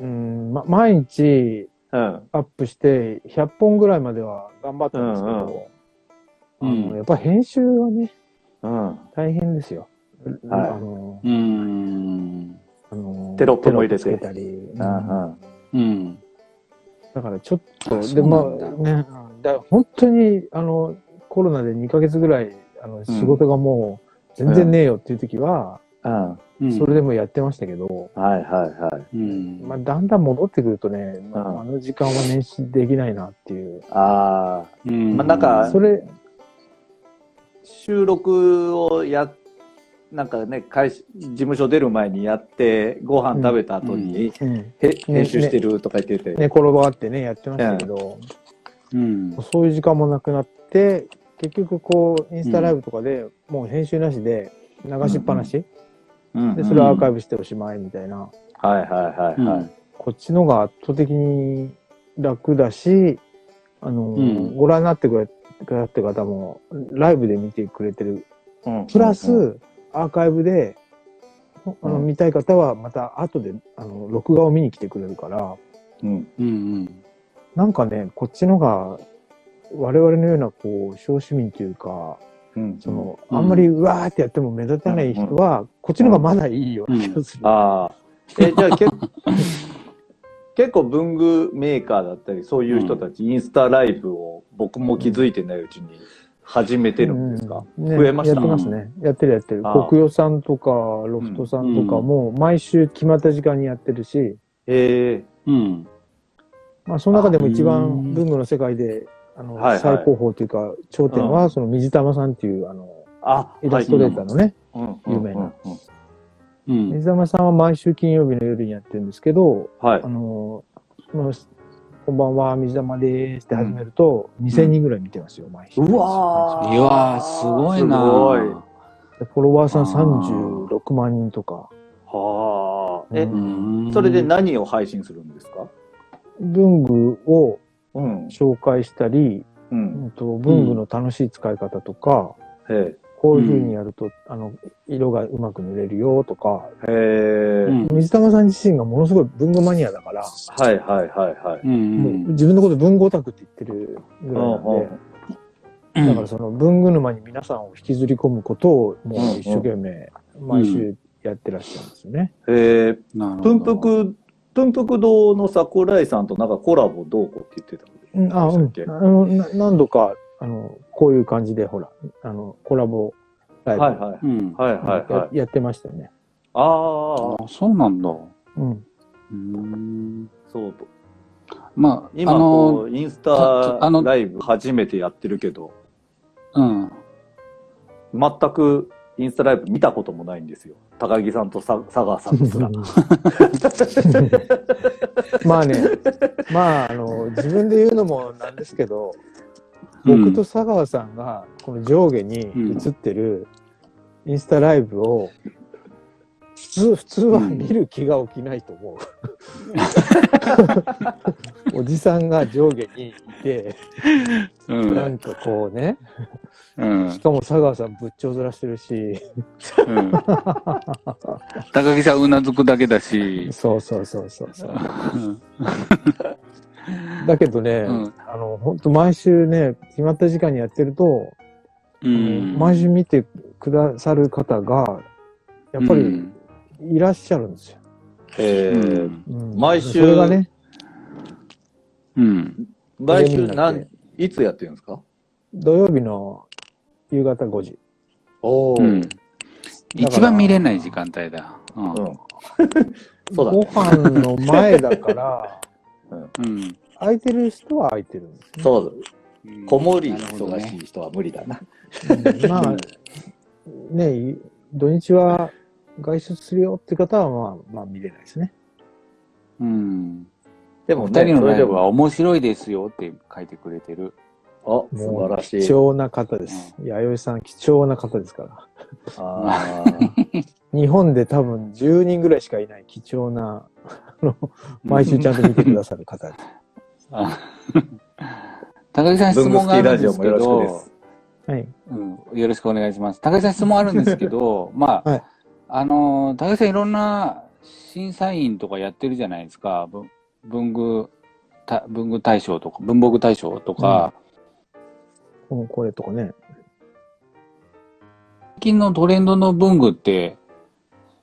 Speaker 1: うん、ま、毎日
Speaker 3: うん
Speaker 1: アップして、100本ぐらいまでは頑張ったんですけど、
Speaker 2: うんうん
Speaker 1: あ
Speaker 2: う
Speaker 1: の
Speaker 2: ん
Speaker 1: やっぱ編集はね、
Speaker 3: うん
Speaker 1: 大変ですよ。
Speaker 3: はい
Speaker 1: あの、
Speaker 2: うーん。
Speaker 1: あの
Speaker 3: テロップも入れて
Speaker 1: テロップつけたり。うん
Speaker 3: うん
Speaker 2: うん。
Speaker 1: だからちょっ
Speaker 2: あ
Speaker 1: と、
Speaker 2: そう
Speaker 1: で、まあ
Speaker 2: なん
Speaker 1: ね、うんだから本当に、あの、コロナで2ヶ月ぐらい、あの、仕事がもう全然ねえよっていう時は、
Speaker 3: うん
Speaker 2: うん
Speaker 1: それでもやってましたけど、
Speaker 3: はいはいはい
Speaker 2: うん。
Speaker 1: まあ、だんだん戻ってくるとね、ま
Speaker 3: うん
Speaker 1: ああの時間は捻出できないなっていう。
Speaker 3: ああ、
Speaker 2: うん
Speaker 3: まあなんか
Speaker 1: それ、
Speaker 3: 収録をや、なんかね、会社事務所出る前にやって、ご飯食べた後に、
Speaker 1: うん、
Speaker 3: へ編集してるとか言ってて、
Speaker 1: 寝転がってね、やってましたけど、
Speaker 2: うん。
Speaker 1: そういう時間もなくなって、結局こう、インスタライブとかで、もう編集なしで、流しっぱなし、
Speaker 3: うん
Speaker 1: で、それアーカイブしておしまいみたいな、
Speaker 3: はいはいはいはい。
Speaker 1: こっちのが圧倒的に楽だし、あの、
Speaker 2: うん
Speaker 1: ご覧になってくれくださってる方も、ライブで見てくれてる
Speaker 3: うん
Speaker 1: プラス、
Speaker 3: うん
Speaker 1: アーカイブで、ほあの
Speaker 3: うん
Speaker 1: 見たい方はまた後であの録画を見に来てくれるから、
Speaker 3: うん
Speaker 2: うんうん。
Speaker 1: なんかね、こっちのが、我々のような、こう、小市民というか、
Speaker 3: うん
Speaker 1: その、
Speaker 2: うん
Speaker 1: あんまりうわーってやっても目立たない人は、こっちのがまだいいような気がする。
Speaker 3: ああ。え、じゃ
Speaker 1: (laughs)
Speaker 3: あけ結構文具メーカーだったり、そういう人たち、インスタライブを僕も気づいてないうちに始めてるんですか、
Speaker 1: うんね
Speaker 3: 増えました
Speaker 1: やってますね。やってるやってる。
Speaker 3: ああ
Speaker 1: 国与さんとか、ロフトさんとかも、毎週決まった時間にやってるし、
Speaker 3: え
Speaker 2: う
Speaker 3: え
Speaker 2: ん。
Speaker 1: まあ、その中でも一
Speaker 2: あう
Speaker 1: 番
Speaker 2: ん
Speaker 1: 文具の世界で、あの、
Speaker 3: はいはい
Speaker 1: 最高峰というか、頂点は、その水玉さんっていう、あの、
Speaker 3: あ、
Speaker 1: イラストレーターのね、
Speaker 3: はい、
Speaker 1: 有名な
Speaker 3: うんうん
Speaker 2: うん。
Speaker 1: 水玉さんは毎週金曜日の夜にやってるんですけど、
Speaker 3: うんはい
Speaker 1: あ。の、このこんばんは、水玉でーすって始めると、2000人ぐらい見てますよ、毎週。
Speaker 3: うわ
Speaker 2: いやー、すごいな
Speaker 3: すごい。
Speaker 1: でフォロワーさん
Speaker 2: あー
Speaker 1: 36万人とか、
Speaker 3: はあ。え、
Speaker 1: う
Speaker 2: うん。
Speaker 3: それで何を配信するんですか
Speaker 1: 文具を
Speaker 3: うん。
Speaker 1: 紹介したり、
Speaker 3: う。
Speaker 1: うんんと文具の楽しい使い方とか、
Speaker 3: へ
Speaker 1: こういう風にやると、あの、色がうまく塗れるよとか、
Speaker 3: え。へえ。
Speaker 2: うん
Speaker 1: 水玉さん自身がものすごい文具マニアだから、
Speaker 3: はいはいはいはい。
Speaker 2: うん。
Speaker 1: もう自分のこと文具オタクって言ってるぐらいなんで、
Speaker 3: うんうん
Speaker 1: だからその文具沼に皆さんを引きずり込むことをもう一生懸命毎週やってらっしゃるんですよね。
Speaker 3: えー、
Speaker 2: なるほど
Speaker 3: 文福、文福堂の桜井さんとなんかコラボどうこうって言ってた
Speaker 1: うん、あ、うん、
Speaker 3: でしたっけ
Speaker 1: あのな何度かあのこういう感じでほらあのコラボライブ、
Speaker 3: はいはい。
Speaker 2: うん。
Speaker 3: はいはい
Speaker 1: や
Speaker 3: はい。
Speaker 1: やってましたよね。
Speaker 3: ああ、
Speaker 2: あそうなんだ。う
Speaker 1: うん、
Speaker 2: ーん。
Speaker 3: そうと。
Speaker 2: まあ、
Speaker 3: 今
Speaker 2: あ
Speaker 3: こ
Speaker 2: の、
Speaker 3: う、インス
Speaker 2: た
Speaker 3: タ
Speaker 2: あの
Speaker 3: ライブ初めてやってるけど、
Speaker 2: うん。
Speaker 3: 全くインスタライブ見たこともないんですよ。高木さんとさ佐川さんです
Speaker 2: (laughs)
Speaker 3: ら。
Speaker 1: まあね、まああの自分で言うのもなんですけど、
Speaker 2: うん
Speaker 1: 僕と佐川さんがこの上下に映ってるインスタライブを普通普通は見る気が起きないと思う。おじさんが上下にいて、
Speaker 2: う。
Speaker 1: なんんかこうね、
Speaker 2: うん。 (laughs)
Speaker 1: しかも佐川さん仏頂面してるし、
Speaker 2: うん。高木さんうなずくだけだし。
Speaker 1: そうそうそうそうそう。
Speaker 2: うん
Speaker 1: だけどね、
Speaker 2: うん
Speaker 1: あの本当毎週ね決まった時間にやってると、
Speaker 2: うん。
Speaker 1: 毎週見てくださる方がやっぱ
Speaker 2: う
Speaker 1: り
Speaker 2: ん
Speaker 1: いらっしゃるんですよ。
Speaker 3: えー
Speaker 2: うん
Speaker 1: うん
Speaker 3: 毎週
Speaker 1: それがね
Speaker 2: うん。
Speaker 3: 来週
Speaker 1: 励みになって
Speaker 3: 何、いつやってるんですか
Speaker 1: 土曜日の夕方5時。
Speaker 3: おお、
Speaker 2: う
Speaker 3: うんん。
Speaker 2: 一番見れない時間帯だ。うん。
Speaker 3: そう
Speaker 1: ご
Speaker 3: だね。
Speaker 1: 飯の前だ
Speaker 3: (laughs)
Speaker 1: から、
Speaker 2: うん。
Speaker 1: 空いてる人は空いてるんですね。
Speaker 3: そうだ。こもり
Speaker 2: なるほど
Speaker 3: 忙し
Speaker 2: ね。
Speaker 3: い人は無理だな。
Speaker 1: うんまあね土日は外出するよって方はまあまあ見れないですね。
Speaker 2: うん。
Speaker 3: でも
Speaker 2: 二
Speaker 3: ね、
Speaker 2: 人
Speaker 3: そ
Speaker 2: の
Speaker 3: れ
Speaker 2: ライ
Speaker 3: で
Speaker 2: ブは
Speaker 3: も、
Speaker 2: 面白いですよって書いてくれてる。
Speaker 3: あ、素晴らし
Speaker 1: 貴
Speaker 3: い。
Speaker 1: 重な方です。弥生さん貴重な方ですから。
Speaker 3: あ
Speaker 1: 日本で多分10人ぐらいしかいない貴重な、あの、毎週ちゃんと見てくださる方です。
Speaker 2: あ高木さ
Speaker 3: ー
Speaker 2: ん質
Speaker 3: 文具
Speaker 2: 問
Speaker 3: 好
Speaker 2: があ
Speaker 3: き
Speaker 2: る
Speaker 3: ラ
Speaker 2: ん
Speaker 3: ジ
Speaker 2: で
Speaker 3: オ
Speaker 2: す
Speaker 3: も
Speaker 2: け
Speaker 3: よろしく
Speaker 2: ど
Speaker 3: です。。
Speaker 1: (laughs) はい。
Speaker 2: うん、よろしくお願いします。高木さん質問あるんですけど、まあ、
Speaker 1: はい
Speaker 2: あの、高木さんいろんな審査員とかやってるじゃないですか。ぶ文具、た文具大賞とか、文房具大賞とか、
Speaker 1: このこれとかね。 (laughs)
Speaker 2: 最近のトレンドの文具って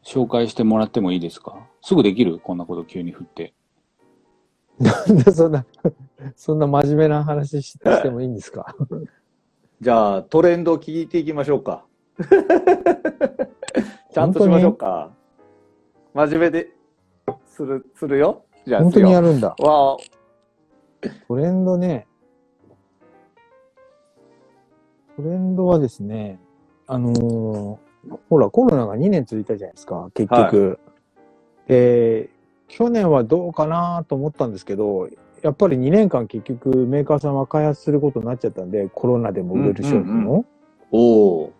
Speaker 2: 紹介してもらってもいいですかすぐできるこんなこと急に振って。
Speaker 1: なんでそんな、そんな真面目な話ししてもいいんですか
Speaker 3: じゃあ、トレンドを聞いていきましょうか。ちゃんとしましょうか。真面目で、する、するよ。じゃあ、
Speaker 1: 本当にや
Speaker 3: る
Speaker 1: るんだ。
Speaker 3: わあ、
Speaker 1: トレンドね。トレンドはですね、あのーほら、コロナが2年続いたじゃないですか、結局。で、去年はどうかなと思ったんですけど、やっぱり2年間結局メーカーさんは開発することになっちゃったんで、コロナでも売れる商品
Speaker 3: うん
Speaker 1: を。
Speaker 3: うおお。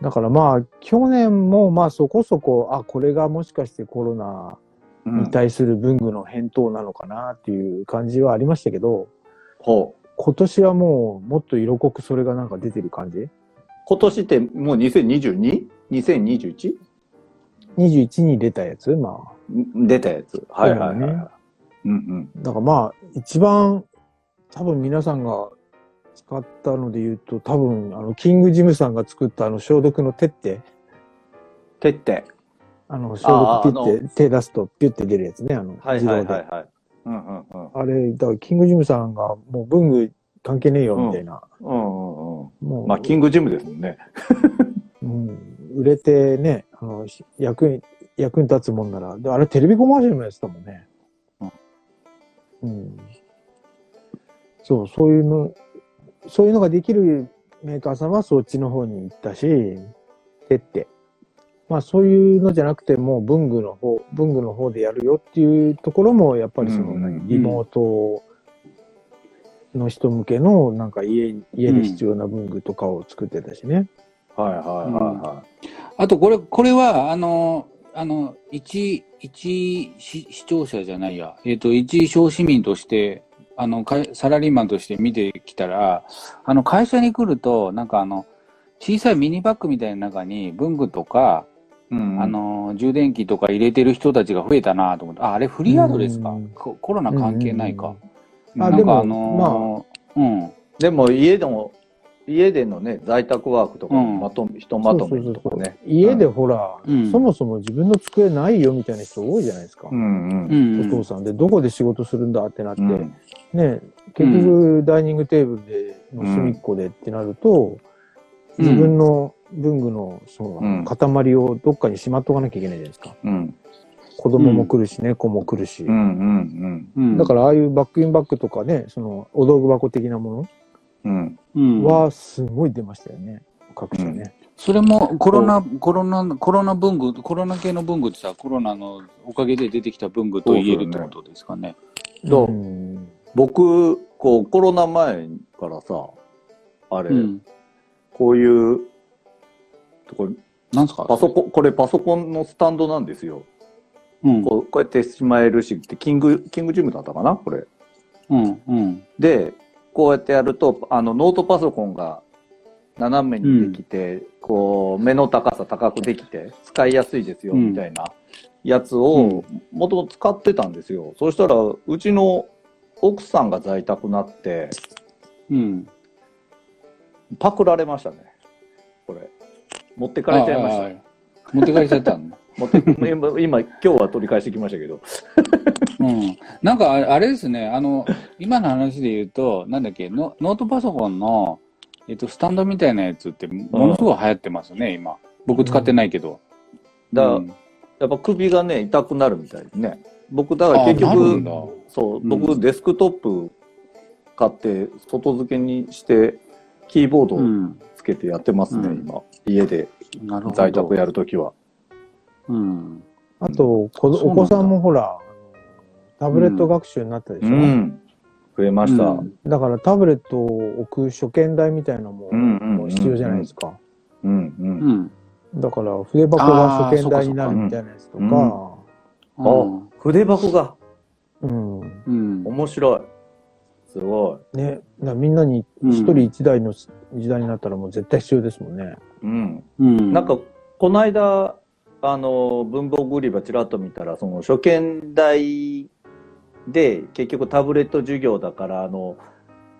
Speaker 1: だからまあ、去年もまあそこそこ、あ、これがもしかしてコロナ
Speaker 3: うん
Speaker 1: に対する文具の返答なのかなっていう感じはありましたけど、
Speaker 3: ほう。
Speaker 1: 今年はもうもっと色濃くそれがなんか出てる感じ
Speaker 3: 今年ってもう 2022?2021?
Speaker 1: 21に出たやつまあ
Speaker 3: 出たやつ。はいはい
Speaker 1: そ
Speaker 3: は
Speaker 1: う
Speaker 3: い
Speaker 1: だね
Speaker 3: はい。うんうん。
Speaker 1: だからまあ一番多分皆さんが使ったので言うと多分あのキングジムさんが作ったあの消毒の手って
Speaker 3: てって。
Speaker 1: あの消毒ピュって手出すとピュって出るやつねあの
Speaker 3: はい
Speaker 1: 自
Speaker 3: はい
Speaker 1: 動
Speaker 3: はい
Speaker 1: で
Speaker 3: はい。うんうんうん。
Speaker 1: あれだからキングジムさんがもう文具関係ねえよみたいな、
Speaker 3: うんうんうん。
Speaker 1: もう、
Speaker 3: まあ、キングジムですもんね。
Speaker 1: うん、売れてねあの役に役に立つもんならであれテレビコマーシャルのやつだもんねうんそうそういうのそういうのができるメーカーさんはそっちの方に行ったしてってまあそういうのじゃなくてもう文具の方文具の方でやるよっていうところもやっぱりその、
Speaker 3: うんうんうん
Speaker 1: リモートの人向けのなんか家家で必要な文具とかを作ってたしね、
Speaker 3: はいはいはいはい。
Speaker 2: あとこれ、これは、あの、あの、一、一視視聴者じゃないや、えっ、と、一小市民として、あの、かサラリーマンとして見てきたら、あの、会社に来ると、なんかあの、小さいミニバッグみたいな中に文具とか、
Speaker 3: うんうん
Speaker 2: あの、充電器とか入れてる人たちが増えたなと思って、あ、あれフリーアートですか、
Speaker 1: うん
Speaker 2: ココロナ関係ないか。
Speaker 1: あ
Speaker 2: なん
Speaker 1: でも
Speaker 2: かあのーうん。
Speaker 3: でも家でも家でのね、在宅ワークとか、
Speaker 2: うん
Speaker 3: まとめ、ひとまとめ
Speaker 1: そう
Speaker 3: と
Speaker 1: そうそ
Speaker 3: か
Speaker 1: う
Speaker 3: ね。
Speaker 1: 家でほら、
Speaker 2: うん
Speaker 1: そもそも自分の机ないよみたいな人多いじゃないですか。
Speaker 3: うんうん
Speaker 2: う。
Speaker 1: お
Speaker 2: ん
Speaker 1: 父さんで、どこで仕事するんだってなって、
Speaker 3: うん
Speaker 1: ね、結局ダイニングテーブルでの隅っこでってなると、
Speaker 2: うん
Speaker 1: 自分の文具のそ
Speaker 3: う
Speaker 1: の
Speaker 3: ん
Speaker 1: 塊をどっかにしまっとかなきゃいけないじゃないですか。
Speaker 3: うん
Speaker 1: 子供も来るし、猫も来るし。
Speaker 3: うんうん
Speaker 2: うん
Speaker 1: だからああいうバックインバッグとかね、そのお道具箱的なも
Speaker 3: うん
Speaker 2: うん
Speaker 1: のはすごい出ましたよね。各社ね。
Speaker 2: それもコロナ、コロナ、コロナ文具、コロナ系の文具ってさ、コロナのおかげで出てきた文具と言えるってことですかね。
Speaker 3: そう
Speaker 1: うん
Speaker 3: 僕、こう、コロナ前からさ、あれ、
Speaker 2: うん。
Speaker 3: こういう、これ
Speaker 2: なんすか
Speaker 3: パソコン、これパソコンのスタンドなんですよ。
Speaker 2: うん。
Speaker 3: こうこうやってしまえるし、ってキング、キングジムだったかなこれ。
Speaker 2: うん。うん。
Speaker 3: で、こうやってやると、あの、ノートパソコンが斜めにできて、こう、目の高さ高くできて、使いやすいですよ、
Speaker 2: うん
Speaker 3: みたいなやつを、もともと使ってたんですよ。そしたら、うちの奥さんが在宅になって、
Speaker 2: うん。
Speaker 3: パクられましたね。これ。持ってかれちゃいました。
Speaker 2: た。持って帰っちゃったの
Speaker 3: 持って今、今、今日は取り返してきましたけど。
Speaker 2: (laughs) うん、なんかあれあれですね、あの、今の話で言うと、なんだっけ、ノノートパソコンの、えっと、スタンドみたいなやつって、ものすごい流行ってますね、今。僕使ってないけど。
Speaker 3: だから、
Speaker 2: うん
Speaker 3: やっぱ首がね、痛くなるみたいですね。僕、だから結
Speaker 2: あなるん
Speaker 3: 局
Speaker 2: だ、
Speaker 3: そう、
Speaker 2: うん
Speaker 3: 僕、デスクトップ買って、外付けにして、キーボード
Speaker 2: う
Speaker 3: を
Speaker 2: ん、
Speaker 3: つけてやってますね、
Speaker 2: うん
Speaker 3: 今。家で
Speaker 2: なるほど。
Speaker 3: 在宅やるときは。
Speaker 2: うん。
Speaker 1: あと、子ど
Speaker 2: そうな
Speaker 1: お
Speaker 2: んだ
Speaker 1: 子さんもほら、タブレット学習になったでしょ。
Speaker 3: うん。増えました。
Speaker 2: う
Speaker 3: うんん。
Speaker 1: だからタブレットを置く初見台みたいなのも
Speaker 3: うんうんうんうん
Speaker 1: 必要じゃないですか。
Speaker 3: うん。
Speaker 2: うん。
Speaker 1: だから筆箱が初見台になるみたいなやつとか、
Speaker 2: う
Speaker 3: あ
Speaker 2: ん、
Speaker 3: 筆箱が
Speaker 1: うん。
Speaker 2: うん。
Speaker 3: 面白い。すご
Speaker 1: ね、だからみんなに一人一台の時代になったらもう絶対必要ですもんね。
Speaker 3: い。うん。
Speaker 2: うん。
Speaker 3: なんか、この間、あの、文房具売り場ちらっと見たら、その、初見台で、結局タブレット授業だから、あの、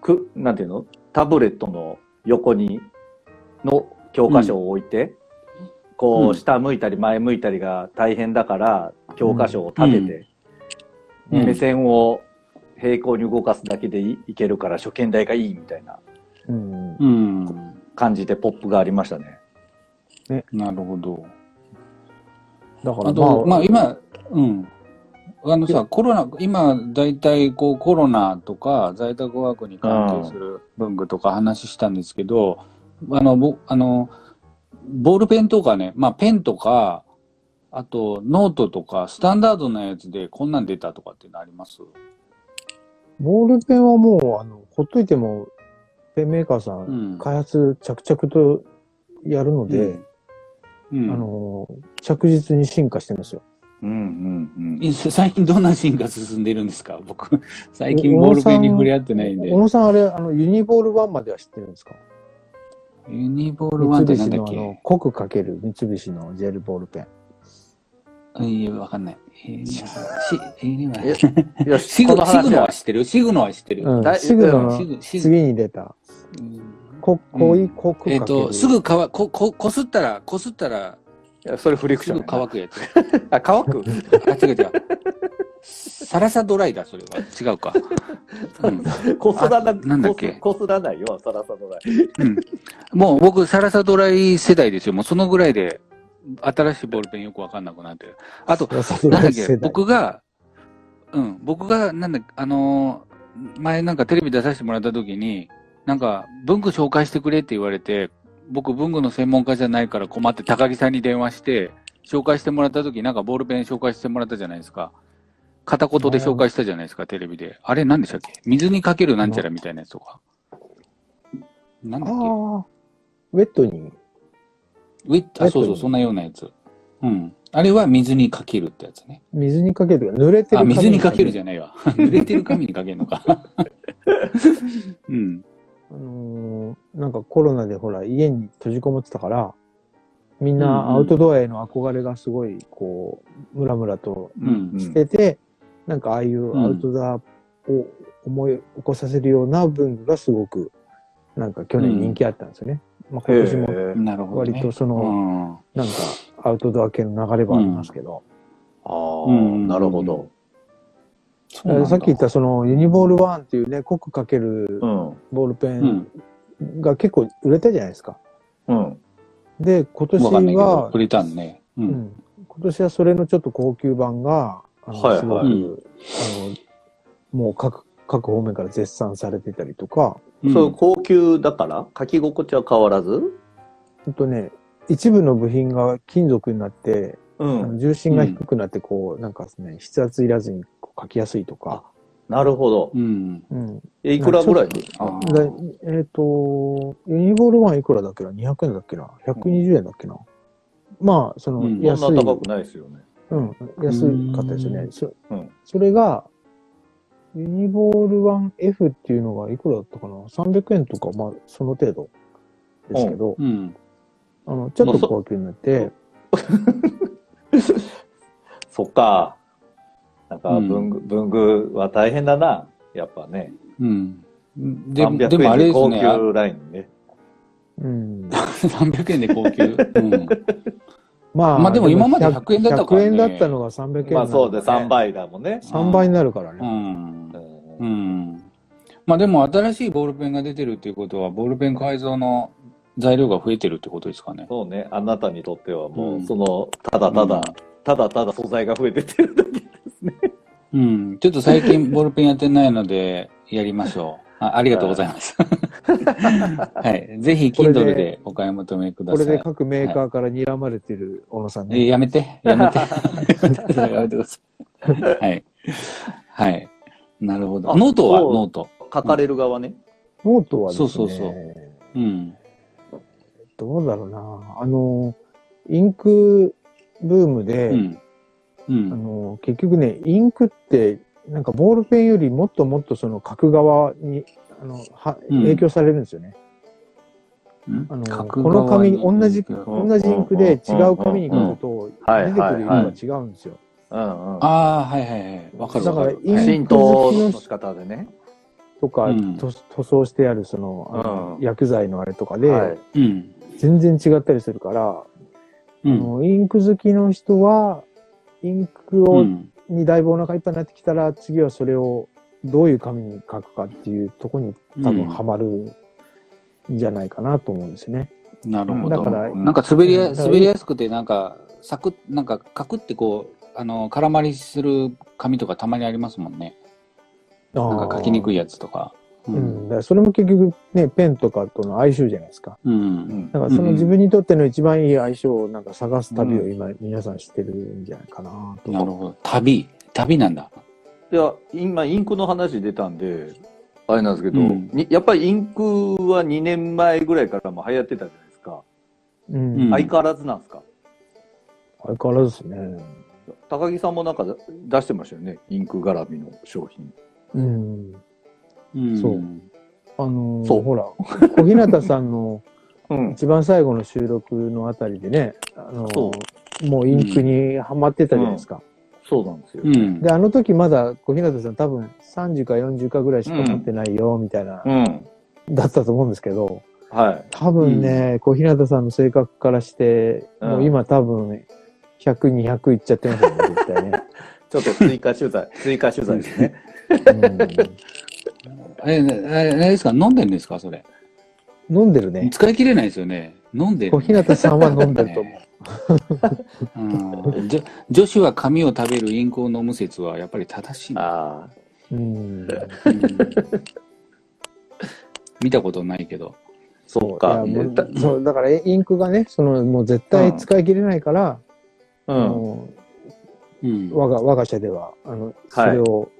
Speaker 3: く、なんていうのタブレットの横に、の教科書を置いて、こ
Speaker 2: うん
Speaker 3: う、下向いたり前向いたりが大変だから、教科書を立てて、
Speaker 2: うんうん
Speaker 3: 目線を平行に動かすだけでいいけるから、初見台がいいみたいな
Speaker 1: うん。
Speaker 2: うん。
Speaker 3: 感じでポップがありましたね。
Speaker 2: なるほど。
Speaker 1: だか
Speaker 2: あ
Speaker 1: ら
Speaker 2: と、ま
Speaker 1: ま
Speaker 2: あ
Speaker 1: あ、
Speaker 2: 今、うん。あのさ、コロナ、今、大体、こう、コロナとか、在宅ワークに関係する文具とか話したんですけど、あの、ぼ、あの、ボールペンとかね、まあ、ペンとか、あと、ノートとか、スタンダードなやつで、こんなん出たとかってのあります
Speaker 1: ボールペンはもう、あの、ほっといても、ペンメーカーさ、
Speaker 2: うんん。
Speaker 1: 開発着々とやるので、
Speaker 2: うん。
Speaker 1: あの、着実に進化してますよ。
Speaker 3: うんうん
Speaker 2: い最近どんなシーンが進んでるんですか僕、最近ボールペンに触れ合ってないんで
Speaker 1: 小。野さん、あれ、あの、ユニボール1までは知ってるんですか
Speaker 2: ユニボールワン
Speaker 1: 三
Speaker 2: ってなん
Speaker 1: 菱
Speaker 2: だっ
Speaker 1: の、あ
Speaker 2: け
Speaker 1: の、濃くかける三菱のジェルボールペン。
Speaker 2: うんいや、わかんない。えー、し、え
Speaker 3: え
Speaker 2: ー、
Speaker 3: うん。
Speaker 2: (laughs)
Speaker 3: よ
Speaker 2: シ
Speaker 3: し、
Speaker 2: グ
Speaker 3: こ
Speaker 2: ノ
Speaker 3: の
Speaker 2: シグ
Speaker 3: 話
Speaker 2: ノ
Speaker 3: は
Speaker 2: は知ってるシグノは知ってる。
Speaker 1: う
Speaker 3: だい
Speaker 1: ん。シグナ
Speaker 2: シ
Speaker 1: の
Speaker 2: グ、シグ、
Speaker 1: 次に出た。
Speaker 2: うん
Speaker 1: こ、こい、濃くかけ
Speaker 2: え
Speaker 1: る。
Speaker 2: っと、すぐ乾、こ、こ、こすったら、こすったら、
Speaker 3: いやそれフリクシ
Speaker 2: す
Speaker 3: ョン
Speaker 2: ぐ
Speaker 3: やな。
Speaker 2: 乾くやつ。
Speaker 3: あ、乾
Speaker 2: (laughs)
Speaker 3: く
Speaker 2: あ、違う違う。サラサドライだ、それは。違うか。うん
Speaker 3: こすらな、
Speaker 2: なんだっけ
Speaker 3: こすこすらないよ、さらさのない。
Speaker 2: うんもう僕、サラサドライ世代ですよ。もうそのぐらいで、新しいボールペンよくわかんなくなってる。あと、
Speaker 1: さすが
Speaker 2: なんだっ
Speaker 1: 世代
Speaker 2: け、僕が、うん、僕が、なんだあのー前なんかテレビ出させてもらった時に、なんか、文具紹介してくれって言われて、僕文具の専門家じゃないから困って高木さんに電話して、紹介してもらった時なんかボールペン紹介してもらったじゃないですか。片言で紹介したじゃないですか、テレビで。あれ何でしたっけ水にかけるなんちゃらみたいなやつとか。なんだっけ
Speaker 1: ああ、ウェットに。
Speaker 2: ウィッあ、そう
Speaker 1: ウェット
Speaker 2: そう、
Speaker 1: に
Speaker 2: そんなようなやつ。うん。あれは水にかけるってやつね。
Speaker 1: 水にかけるとか、濡れてる
Speaker 2: あ、水にかける
Speaker 1: ゃ
Speaker 2: じゃないわ。濡れてる紙にかけるのか。うん。
Speaker 1: ん。あのーなんかコロナでほら、家に閉じこもってたから、みん
Speaker 2: うん
Speaker 1: な
Speaker 2: うん
Speaker 1: アウトドアへの憧れがすごい、こう、ムラムラと
Speaker 2: うん。
Speaker 1: してて、なんかああいうアウトドアを思い起こさせるような文具がすごくなんか去年人気あったんですよね。まあ、今年も
Speaker 3: へえ
Speaker 2: なるほど、ね。
Speaker 1: 割とその、
Speaker 2: うん
Speaker 1: なんかアウトドア系の流れはありますけど、
Speaker 3: あ
Speaker 2: うんう
Speaker 3: あ、
Speaker 2: ん
Speaker 3: なるほど。
Speaker 2: そうなんだ
Speaker 1: さっき言ったそのユニボールワンっていうね、濃くかける
Speaker 3: うん。
Speaker 1: ボールペ
Speaker 2: う
Speaker 1: ン
Speaker 2: ん。
Speaker 1: が結構売れたじゃないですか。
Speaker 3: うん。
Speaker 1: で、今
Speaker 2: わかんな
Speaker 1: 年
Speaker 2: いけど
Speaker 1: は、、
Speaker 2: 売れたんね。う。
Speaker 1: うんん、今年はそれのちょっと高級版が、あの
Speaker 3: はいはい
Speaker 1: すごく、
Speaker 2: うん
Speaker 1: あの、もう各、各方面から絶賛されてたりとか、
Speaker 2: ん
Speaker 3: そう、高級だから書き心地は変わらず
Speaker 1: ほんとね、一部の部品が金属になって、あ
Speaker 3: う
Speaker 1: の。重心が低くなって、こう、なんかですね、筆圧いらずにこう書きやすいとか、
Speaker 3: なるほど
Speaker 2: う。ん。
Speaker 1: うん、
Speaker 3: えいくらぐらいです
Speaker 2: あ
Speaker 3: か
Speaker 1: だえっ、と、ユニボールワンいくらだっけな ?200 円だっけな ?120 円だっけな、まあ、その
Speaker 2: うん
Speaker 1: 安い、
Speaker 3: そんな高くないですよね。
Speaker 1: うん、安かったですよ
Speaker 2: う
Speaker 1: ね。
Speaker 2: ん
Speaker 1: そ,、
Speaker 3: うん
Speaker 1: それが、ユニボールワン F っていうのがいくらだったかな ?300 円とか、まあ、その程度ですけど、
Speaker 2: うん。
Speaker 1: あの、ちょっと高級になって、
Speaker 3: そっか。なんか
Speaker 2: うん
Speaker 3: 文具、文具は大変だな。やっぱね。
Speaker 2: うん。で
Speaker 3: 300
Speaker 2: でもあれです
Speaker 3: 高
Speaker 2: ね
Speaker 3: 級ラインね。
Speaker 1: うん。
Speaker 2: (laughs) 300円で高級。うん。
Speaker 1: ま
Speaker 2: まあでも今まで100円だったからね
Speaker 1: 100円だったのが300円になる、
Speaker 3: まあそうで3
Speaker 1: 倍。
Speaker 3: 倍だもんね。
Speaker 1: 3倍になるから
Speaker 2: う
Speaker 1: ね。
Speaker 2: ん
Speaker 3: う。
Speaker 2: うんん。まあでも新しいボールペンが出てるっていうことは、ボールペン改造の材料が増えてるってことですかね。
Speaker 3: そうね。あなたにとっては
Speaker 2: う
Speaker 3: もう、
Speaker 2: ん
Speaker 3: その、ただただ、ただただ素材が増えてってるだけですね。
Speaker 2: うん。ちょっと最近ボールペンやってないので、やりましょ
Speaker 1: (laughs)
Speaker 2: う。あありがとうございます。はい。ぜひ、
Speaker 1: これで
Speaker 2: Kindle でお買い求めくだ
Speaker 1: こ
Speaker 2: さ
Speaker 1: れ
Speaker 2: い。
Speaker 1: で各メーカーから睨まれてる小野さん
Speaker 2: え
Speaker 1: ね。
Speaker 2: ーやめて、
Speaker 1: (laughs)
Speaker 2: やめて。やめてください。はい。はい。なるほど。
Speaker 3: あ
Speaker 2: ノートは
Speaker 3: そう
Speaker 2: ノート。
Speaker 3: 書かれる側ね。
Speaker 1: ノートはですね、
Speaker 2: そうそうそううん。
Speaker 1: どうだろうな。あの、インクブームで、
Speaker 2: うん。う
Speaker 1: あ
Speaker 2: ん。
Speaker 1: の、結局ね、インクって、なんかボールペンよりもっともっとその書く側に、あの、は、
Speaker 2: うん
Speaker 1: 影響されるんですよね。あの
Speaker 2: 角
Speaker 1: この
Speaker 2: 側に
Speaker 1: 紙同じ
Speaker 3: うん
Speaker 1: 同じインクで違う紙に
Speaker 3: うんうん
Speaker 1: 書くと、
Speaker 3: はい
Speaker 1: 出てくる
Speaker 3: はいは
Speaker 1: 色が違うんですよ。
Speaker 3: うんうん。
Speaker 2: ああ、はいはいはい。わかるわか
Speaker 1: だから
Speaker 2: る。はい
Speaker 1: イン
Speaker 3: 浸透の仕方でね。
Speaker 1: とか、
Speaker 2: うん
Speaker 1: と塗装してあるそのあの、
Speaker 3: うん
Speaker 1: 薬剤のあれとか
Speaker 3: はい
Speaker 1: で、
Speaker 2: うん。
Speaker 1: 全然違ったりするから、
Speaker 2: う
Speaker 1: あ
Speaker 2: ん。
Speaker 1: のインク好きの人は、インク
Speaker 2: う
Speaker 1: を
Speaker 2: ん。
Speaker 1: にだいぶお腹いっぱいになってきたら、次はそれをどういう紙に書くかっていうとこに多分ハマるんじゃないかなと思うんですよね。
Speaker 2: なるほ
Speaker 1: だ
Speaker 2: ど。
Speaker 1: から
Speaker 2: なんか滑りや
Speaker 1: うん
Speaker 2: 滑りやすくて、なんか、サクッ、なんか、カクってこう、あの、絡まりする紙とかたまにありますもんね。なんか書きにく
Speaker 1: い。
Speaker 2: いやつとか。う
Speaker 1: うん、だからそれも結局ね、ペンとかとの相性じゃないですか。
Speaker 2: う。
Speaker 3: うんん
Speaker 1: だからその自分にとっての一番いい相性をなんか探す旅を今皆さんしてるんじゃないかなと。
Speaker 2: なるほど。旅。旅なんだ。
Speaker 3: いや、今、インクの話出たんで、あれなんですけど、
Speaker 2: うん
Speaker 3: にやっぱりインクは2年前ぐらいからも流行ってたじゃないですか。
Speaker 1: うん
Speaker 2: うん
Speaker 3: 相変わらずなんですか。
Speaker 1: 相変わらずですね。
Speaker 3: 高木さんもなんか出してましたよね、インク絡みの商品。
Speaker 1: うん。
Speaker 2: うん
Speaker 1: そうあのー
Speaker 3: そう
Speaker 1: ほら、小日向さんの
Speaker 3: うん。
Speaker 1: 一番最後の収録のあたりでね、あの
Speaker 3: そ
Speaker 1: もうインクにはまってたじゃないですか。
Speaker 3: そうなんですよ。
Speaker 2: うん。
Speaker 1: で、あの時まだ小日向さん多分30か40かぐらいしか持ってないよ、みたいな、
Speaker 3: うん。
Speaker 1: だったと思うんですけど、
Speaker 3: はい。
Speaker 1: 多分ね、小日向さんの性格からして、
Speaker 3: うん
Speaker 1: もう今多分100、200いっちゃってますよね、絶対ね。
Speaker 3: ちょっと追加取 (laughs) 材、追加取材ですね。 (laughs)
Speaker 2: え、なあれあれですか飲んでるんですかそれ。
Speaker 1: うん飲んでるね。
Speaker 2: 使い切れないですよね。飲んでる
Speaker 1: 小
Speaker 2: ね、
Speaker 1: 日向さんは飲んでると思う。
Speaker 2: うんじょ女子は紙を食べるインクを飲む説はやっぱり正しいな。
Speaker 3: ああ。 (laughs)
Speaker 1: うん、
Speaker 2: うん見たことないけど。
Speaker 3: そうか。
Speaker 1: いやもう
Speaker 3: だ
Speaker 1: そうだからインクがね、そのもう絶対使い切れないから、
Speaker 3: う
Speaker 1: あ
Speaker 3: ん。
Speaker 1: の
Speaker 2: うん。
Speaker 1: 我が我が社ではあの、そ
Speaker 3: はい
Speaker 1: れを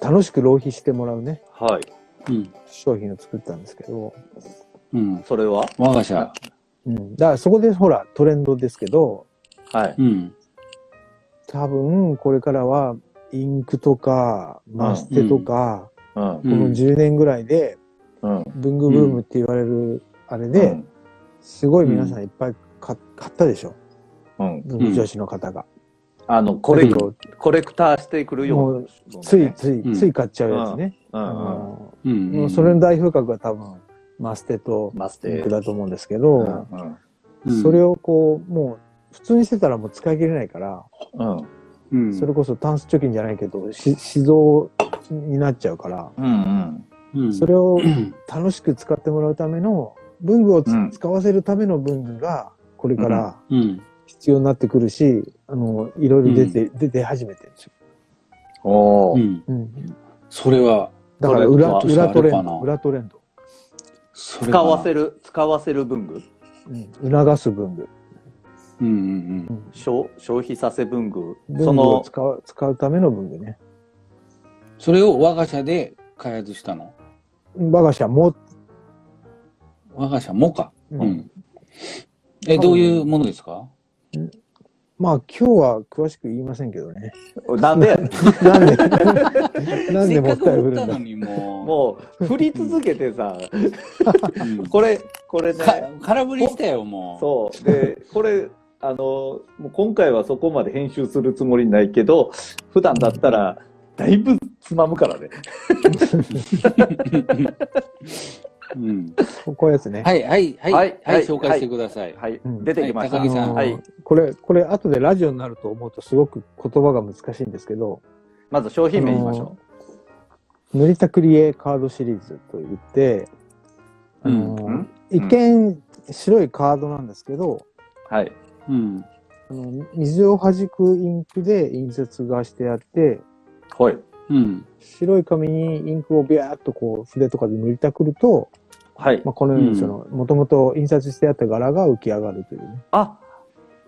Speaker 1: 楽しく浪費してもらうね
Speaker 3: はい。
Speaker 2: うん。
Speaker 1: 商品を作ったんですけど、
Speaker 2: うん。
Speaker 3: それは
Speaker 2: 我が社。
Speaker 1: うん、だからそこでほらトレンドですけど
Speaker 3: はい。
Speaker 2: うん。
Speaker 1: 多分これからはインクとかマステとか、
Speaker 3: うん。
Speaker 2: うん
Speaker 1: この10年ぐらいで
Speaker 3: うん。
Speaker 1: 文具ブームって言われるあれで、
Speaker 3: うん、
Speaker 1: すごい皆さんいっぱい買買ったでしょ、
Speaker 3: うん。
Speaker 2: ん
Speaker 1: 女子の方が。
Speaker 3: あの、コレ
Speaker 1: だけ
Speaker 3: ク、
Speaker 1: ど
Speaker 3: コレクターしてくるような。
Speaker 1: つい
Speaker 3: ね。
Speaker 1: つい、
Speaker 2: うん
Speaker 1: つい買っちゃうやつね。
Speaker 3: う
Speaker 1: あ
Speaker 3: んうん。
Speaker 1: の
Speaker 2: うん。
Speaker 1: もうそれの大風格が多分マステと
Speaker 3: マス
Speaker 1: イン
Speaker 3: テ
Speaker 1: ク。だと思うんですけど、
Speaker 3: うんうん
Speaker 1: それ
Speaker 2: を、
Speaker 1: をこう、もう普通にしてたらもう使い切れないから、
Speaker 3: う
Speaker 2: う
Speaker 3: ん
Speaker 2: ん、
Speaker 1: それこそタンス貯金じゃないけど、し死蔵になっちゃうから、
Speaker 3: うん
Speaker 2: うん、
Speaker 1: それを楽しく使ってもらうための、文具をつ、
Speaker 3: うん
Speaker 1: 使わせるための文具が、これから
Speaker 2: うん、
Speaker 1: 必要になってくるし、あの、いろいろ出て、出て始めてるんですよ。
Speaker 3: お
Speaker 2: う
Speaker 3: ー
Speaker 2: ん、
Speaker 1: うん。
Speaker 2: それは、
Speaker 1: だから裏、
Speaker 2: これは
Speaker 1: 裏トレ
Speaker 2: あ
Speaker 1: ン
Speaker 2: れかな
Speaker 1: ド、裏トレンド。
Speaker 2: それか
Speaker 3: 使
Speaker 2: な
Speaker 3: わせる、使わせる文具
Speaker 1: うん。促す文具。
Speaker 2: うんうん
Speaker 1: う
Speaker 2: うん。
Speaker 1: ん。
Speaker 3: 消消費させ文具。そ
Speaker 1: 文具を
Speaker 3: の、
Speaker 1: 使う、使うための文具ね。
Speaker 2: それを我が社で開発したの。
Speaker 1: 我が社も、
Speaker 2: 我が社もか。
Speaker 1: う
Speaker 2: うんん。え、どういうものですか
Speaker 1: まあ今日は詳しく言いませんけどね。
Speaker 3: なんで、
Speaker 1: なんで、なんでもったいぶ
Speaker 2: せっ
Speaker 1: るん
Speaker 2: かく
Speaker 1: だ
Speaker 2: 振ったの。にも
Speaker 3: もう、振り続けてさ、
Speaker 2: う、うん
Speaker 3: これ、これね、
Speaker 2: か空振りしたよ、もう。
Speaker 3: そう。で、これ、あの、もう今回はそこまで編集するつもりないけど、普段だったら、だいぶつまむからね。
Speaker 2: うん。
Speaker 1: こういうやつね。
Speaker 2: はい、はい、はい、
Speaker 3: は
Speaker 2: はいい、
Speaker 3: はい
Speaker 2: 紹介してください。
Speaker 3: はい
Speaker 1: うん
Speaker 3: 出てきました。
Speaker 2: はい高木さん
Speaker 1: あの
Speaker 3: はい。
Speaker 1: これ、これ後でラジオになると思うとすごく言葉が難しいんですけど、
Speaker 3: まず商品名言いまし
Speaker 1: あ
Speaker 3: ょ
Speaker 1: の塗りたくり絵カードシリーズと言って、あの
Speaker 3: う。うん
Speaker 1: 一見白いカードなんですけど、
Speaker 3: はい。
Speaker 2: うん。
Speaker 1: あの水を弾くインクで印刷がしてあって、
Speaker 3: はい。
Speaker 2: うん。
Speaker 1: 白い紙にインクをビャーっとこう筆とかで塗りたくると、
Speaker 3: はい。
Speaker 1: まあ、このよう
Speaker 2: うん
Speaker 1: にその、もともと印刷してあった柄が浮き上がるというね。
Speaker 3: あ、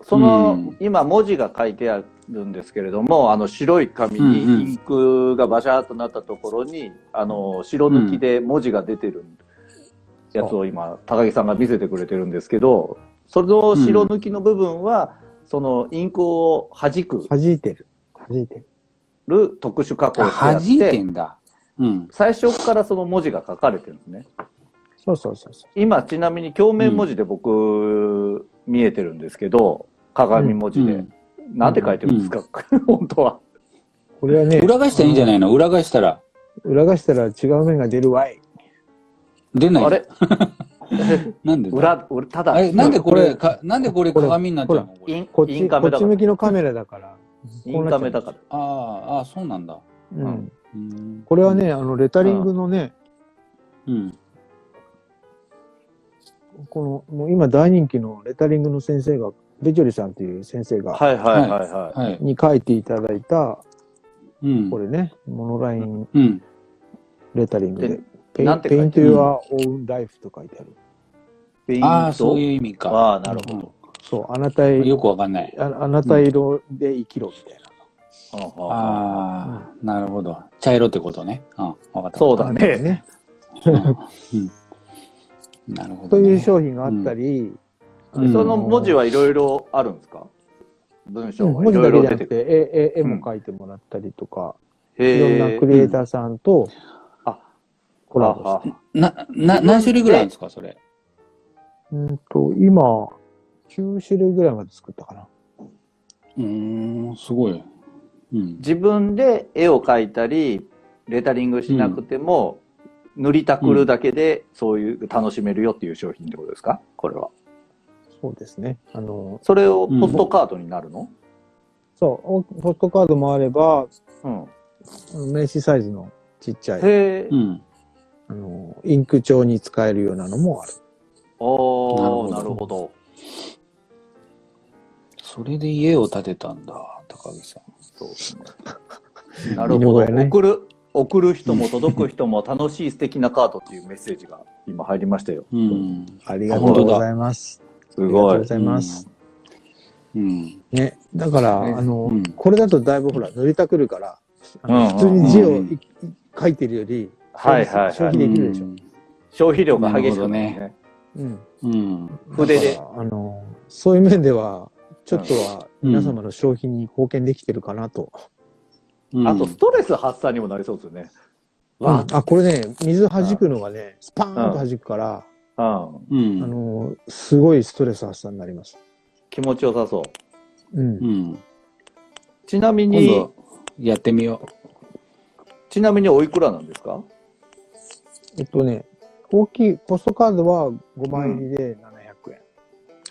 Speaker 3: そ
Speaker 2: う
Speaker 3: の、
Speaker 2: ん
Speaker 3: 今文字が書いてあるんですけれども、あの白い紙に
Speaker 2: うんうん
Speaker 3: インクがバシャーっとなったところに、あの、白抜きで文字が出てるやつを今、高木さんが見せてくれてるんですけど、その白抜きの部分は、そのインクを弾く
Speaker 1: 弾いてる。弾いてる。
Speaker 3: る特殊加工をしてあ
Speaker 2: 弾
Speaker 3: っ
Speaker 2: いて
Speaker 3: て、
Speaker 2: んだ。うん。
Speaker 3: 最初からその文字が書かれてるんですね。
Speaker 1: そうそうそうそ
Speaker 3: 今ちなみに鏡面文字で僕、見えてるんですけど、鏡文字で。
Speaker 2: うん
Speaker 3: なんて書いてるんですか、本当は。
Speaker 1: う。これはね、
Speaker 3: (laughs)
Speaker 2: 裏返したらいいんじゃないの裏返したら。
Speaker 1: 裏返したら違う面が出るわい。
Speaker 2: 出ない。
Speaker 3: あれ
Speaker 2: なんでだ
Speaker 3: 裏、裏、ただ、
Speaker 2: あれなんでこ
Speaker 1: こ
Speaker 2: れ、
Speaker 1: れ
Speaker 2: かなんでこれ
Speaker 1: これ
Speaker 2: 鏡になっちゃうのこ
Speaker 3: イ
Speaker 2: れ
Speaker 3: ン、
Speaker 1: こっ
Speaker 3: イ
Speaker 1: ち
Speaker 3: ンカ
Speaker 1: こ
Speaker 3: メ
Speaker 1: っ
Speaker 3: だ
Speaker 1: ち
Speaker 3: か
Speaker 1: 向
Speaker 3: ら。
Speaker 1: きのカメラだから。
Speaker 3: (laughs) インカ
Speaker 1: こうな
Speaker 3: メだ
Speaker 1: っちゃう
Speaker 3: から。
Speaker 2: ああ、ああ、そうなんだ。
Speaker 1: う
Speaker 3: うん
Speaker 1: ん。
Speaker 2: うん。
Speaker 1: これはね、あの、レタリングのね、
Speaker 2: うん。
Speaker 1: この、もう今大人気のレタリングの先生が、ベチョリさんという先生が、
Speaker 3: はいはいはいはい。
Speaker 2: はい。
Speaker 1: に書いていただいた、
Speaker 2: うん。
Speaker 1: これね、モノライン
Speaker 2: うん。
Speaker 1: レタリングで
Speaker 3: で、
Speaker 1: ペイ
Speaker 3: なん
Speaker 1: ン
Speaker 3: て
Speaker 1: ペ
Speaker 3: 書
Speaker 1: イ
Speaker 3: い
Speaker 1: ン
Speaker 3: て
Speaker 1: ト
Speaker 3: る
Speaker 1: ユアオウンライフと書いてある。
Speaker 3: ペイント
Speaker 2: ああ、そういう意味か。
Speaker 3: ああ、なるほど。
Speaker 1: そう、あなたへ
Speaker 2: よくわかんない。
Speaker 1: ああなた色で生きろみたいな。
Speaker 3: ああ
Speaker 2: ああ、なるほど。茶色ってことね。うん、わかった。
Speaker 3: そうだね。
Speaker 1: ね。
Speaker 2: うん。なるほど
Speaker 1: と
Speaker 2: ね、
Speaker 1: いう商品があったり、
Speaker 2: うん
Speaker 3: その文字はいろいろあるんですか文章
Speaker 1: うん
Speaker 3: がい
Speaker 1: 文字
Speaker 3: ろ
Speaker 1: だ
Speaker 3: い
Speaker 1: け
Speaker 3: ろ
Speaker 1: じゃ
Speaker 3: 出
Speaker 1: な
Speaker 3: て
Speaker 1: く
Speaker 3: く
Speaker 1: て
Speaker 3: る。、
Speaker 1: 絵絵絵
Speaker 3: うん
Speaker 1: も描いてもらったりとか、いろん
Speaker 3: へ
Speaker 1: なクリエイターさんと
Speaker 3: あ、
Speaker 1: コラボ
Speaker 3: あ
Speaker 1: して。
Speaker 2: な、な、何種類ぐらいあるんですか、それ。
Speaker 1: うんと、今、9種類ぐらいまで作ったかな。
Speaker 2: うーん、すごい。うん。
Speaker 3: 自分で絵を描いたり、レタリングしなくても、塗りたくるだけで、そういう、楽しめるよっていう商品ってことですかこれは。
Speaker 1: そうですね。あの、
Speaker 3: それをポストカードになるの
Speaker 1: そう、おポストカードもあれば、
Speaker 3: うん。
Speaker 1: あの名刺サイズのちっちゃい、
Speaker 3: へえ
Speaker 2: う。ん。
Speaker 1: あの、インク帳に使えるようなのもある。
Speaker 3: おー、
Speaker 2: な
Speaker 3: な
Speaker 2: る
Speaker 3: るほ
Speaker 2: ほ
Speaker 3: ど。
Speaker 2: それで家を建てたんだ、高木さん。
Speaker 3: そうですね。なるほ
Speaker 1: 見逃
Speaker 3: ど。
Speaker 1: せない
Speaker 3: 送る、送る人も届く人も楽しい素敵なカードっていうメッセージが今入りましたよ。
Speaker 2: うん。
Speaker 1: ありがとうございます。
Speaker 3: す
Speaker 1: ありがとうご
Speaker 3: い。
Speaker 1: ざいます。
Speaker 2: うん。
Speaker 1: ね。だから、
Speaker 3: そうですね
Speaker 1: あの、
Speaker 2: うん
Speaker 1: これだとだいぶほら、塗りたくるから、あの
Speaker 3: うんうん
Speaker 1: 普通に字
Speaker 2: う
Speaker 1: を
Speaker 2: ん
Speaker 1: い書いてるより、
Speaker 3: はいはいはい
Speaker 1: 消
Speaker 2: う
Speaker 1: 費
Speaker 2: ん。
Speaker 1: できるでしょ。
Speaker 3: 消費量が激しくなる
Speaker 2: な
Speaker 3: ね。
Speaker 1: うん。
Speaker 2: うん。
Speaker 3: 筆
Speaker 1: だ
Speaker 3: で
Speaker 1: からあの、そういう面では、ちょっとは
Speaker 2: うん
Speaker 1: 皆様の消費に貢献できてるかなと。
Speaker 2: うん。
Speaker 3: あと、ストレス発散にもなりそうですよね。
Speaker 1: うん
Speaker 3: わ
Speaker 1: あ、これね、水弾くのがね、スパーンと弾くから、
Speaker 3: うん。
Speaker 2: う
Speaker 1: あ
Speaker 2: ん。
Speaker 1: の、すごいストレス発散になります。
Speaker 3: 気持ちよさそう。
Speaker 1: うん
Speaker 2: う。ん。
Speaker 3: ちなみ
Speaker 2: 今
Speaker 3: に
Speaker 2: 度、、やってみよ
Speaker 3: ちなみにおいくらなんですか
Speaker 1: えっとね、大きい、ポストカードは5枚入りで700円。